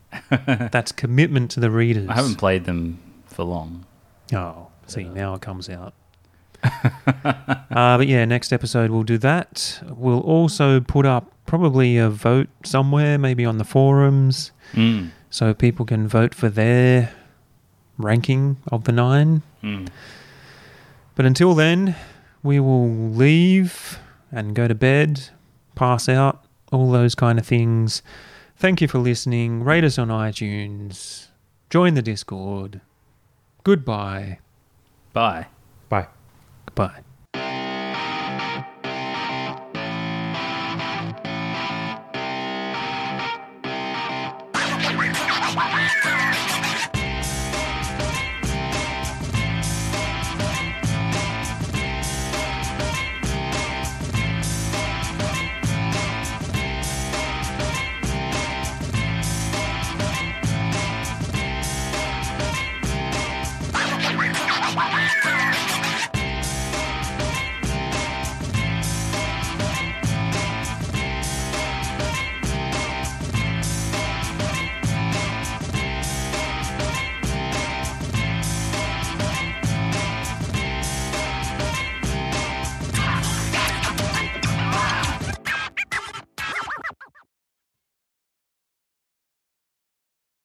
[SPEAKER 1] that's commitment to the readers.
[SPEAKER 2] I haven't played them for long.
[SPEAKER 1] Oh, see, now it comes out. <laughs> uh, but yeah, next episode we'll do that. We'll also put up probably a vote somewhere, maybe on the forums,
[SPEAKER 2] Mm.
[SPEAKER 1] so people can vote for their ranking of the nine.
[SPEAKER 2] Mm.
[SPEAKER 1] But until then, we will leave and go to bed, pass out, all those kind of things. Thank you for listening. Rate us on iTunes. Join the Discord. Goodbye.
[SPEAKER 2] Bye.
[SPEAKER 3] Bye.
[SPEAKER 1] Goodbye.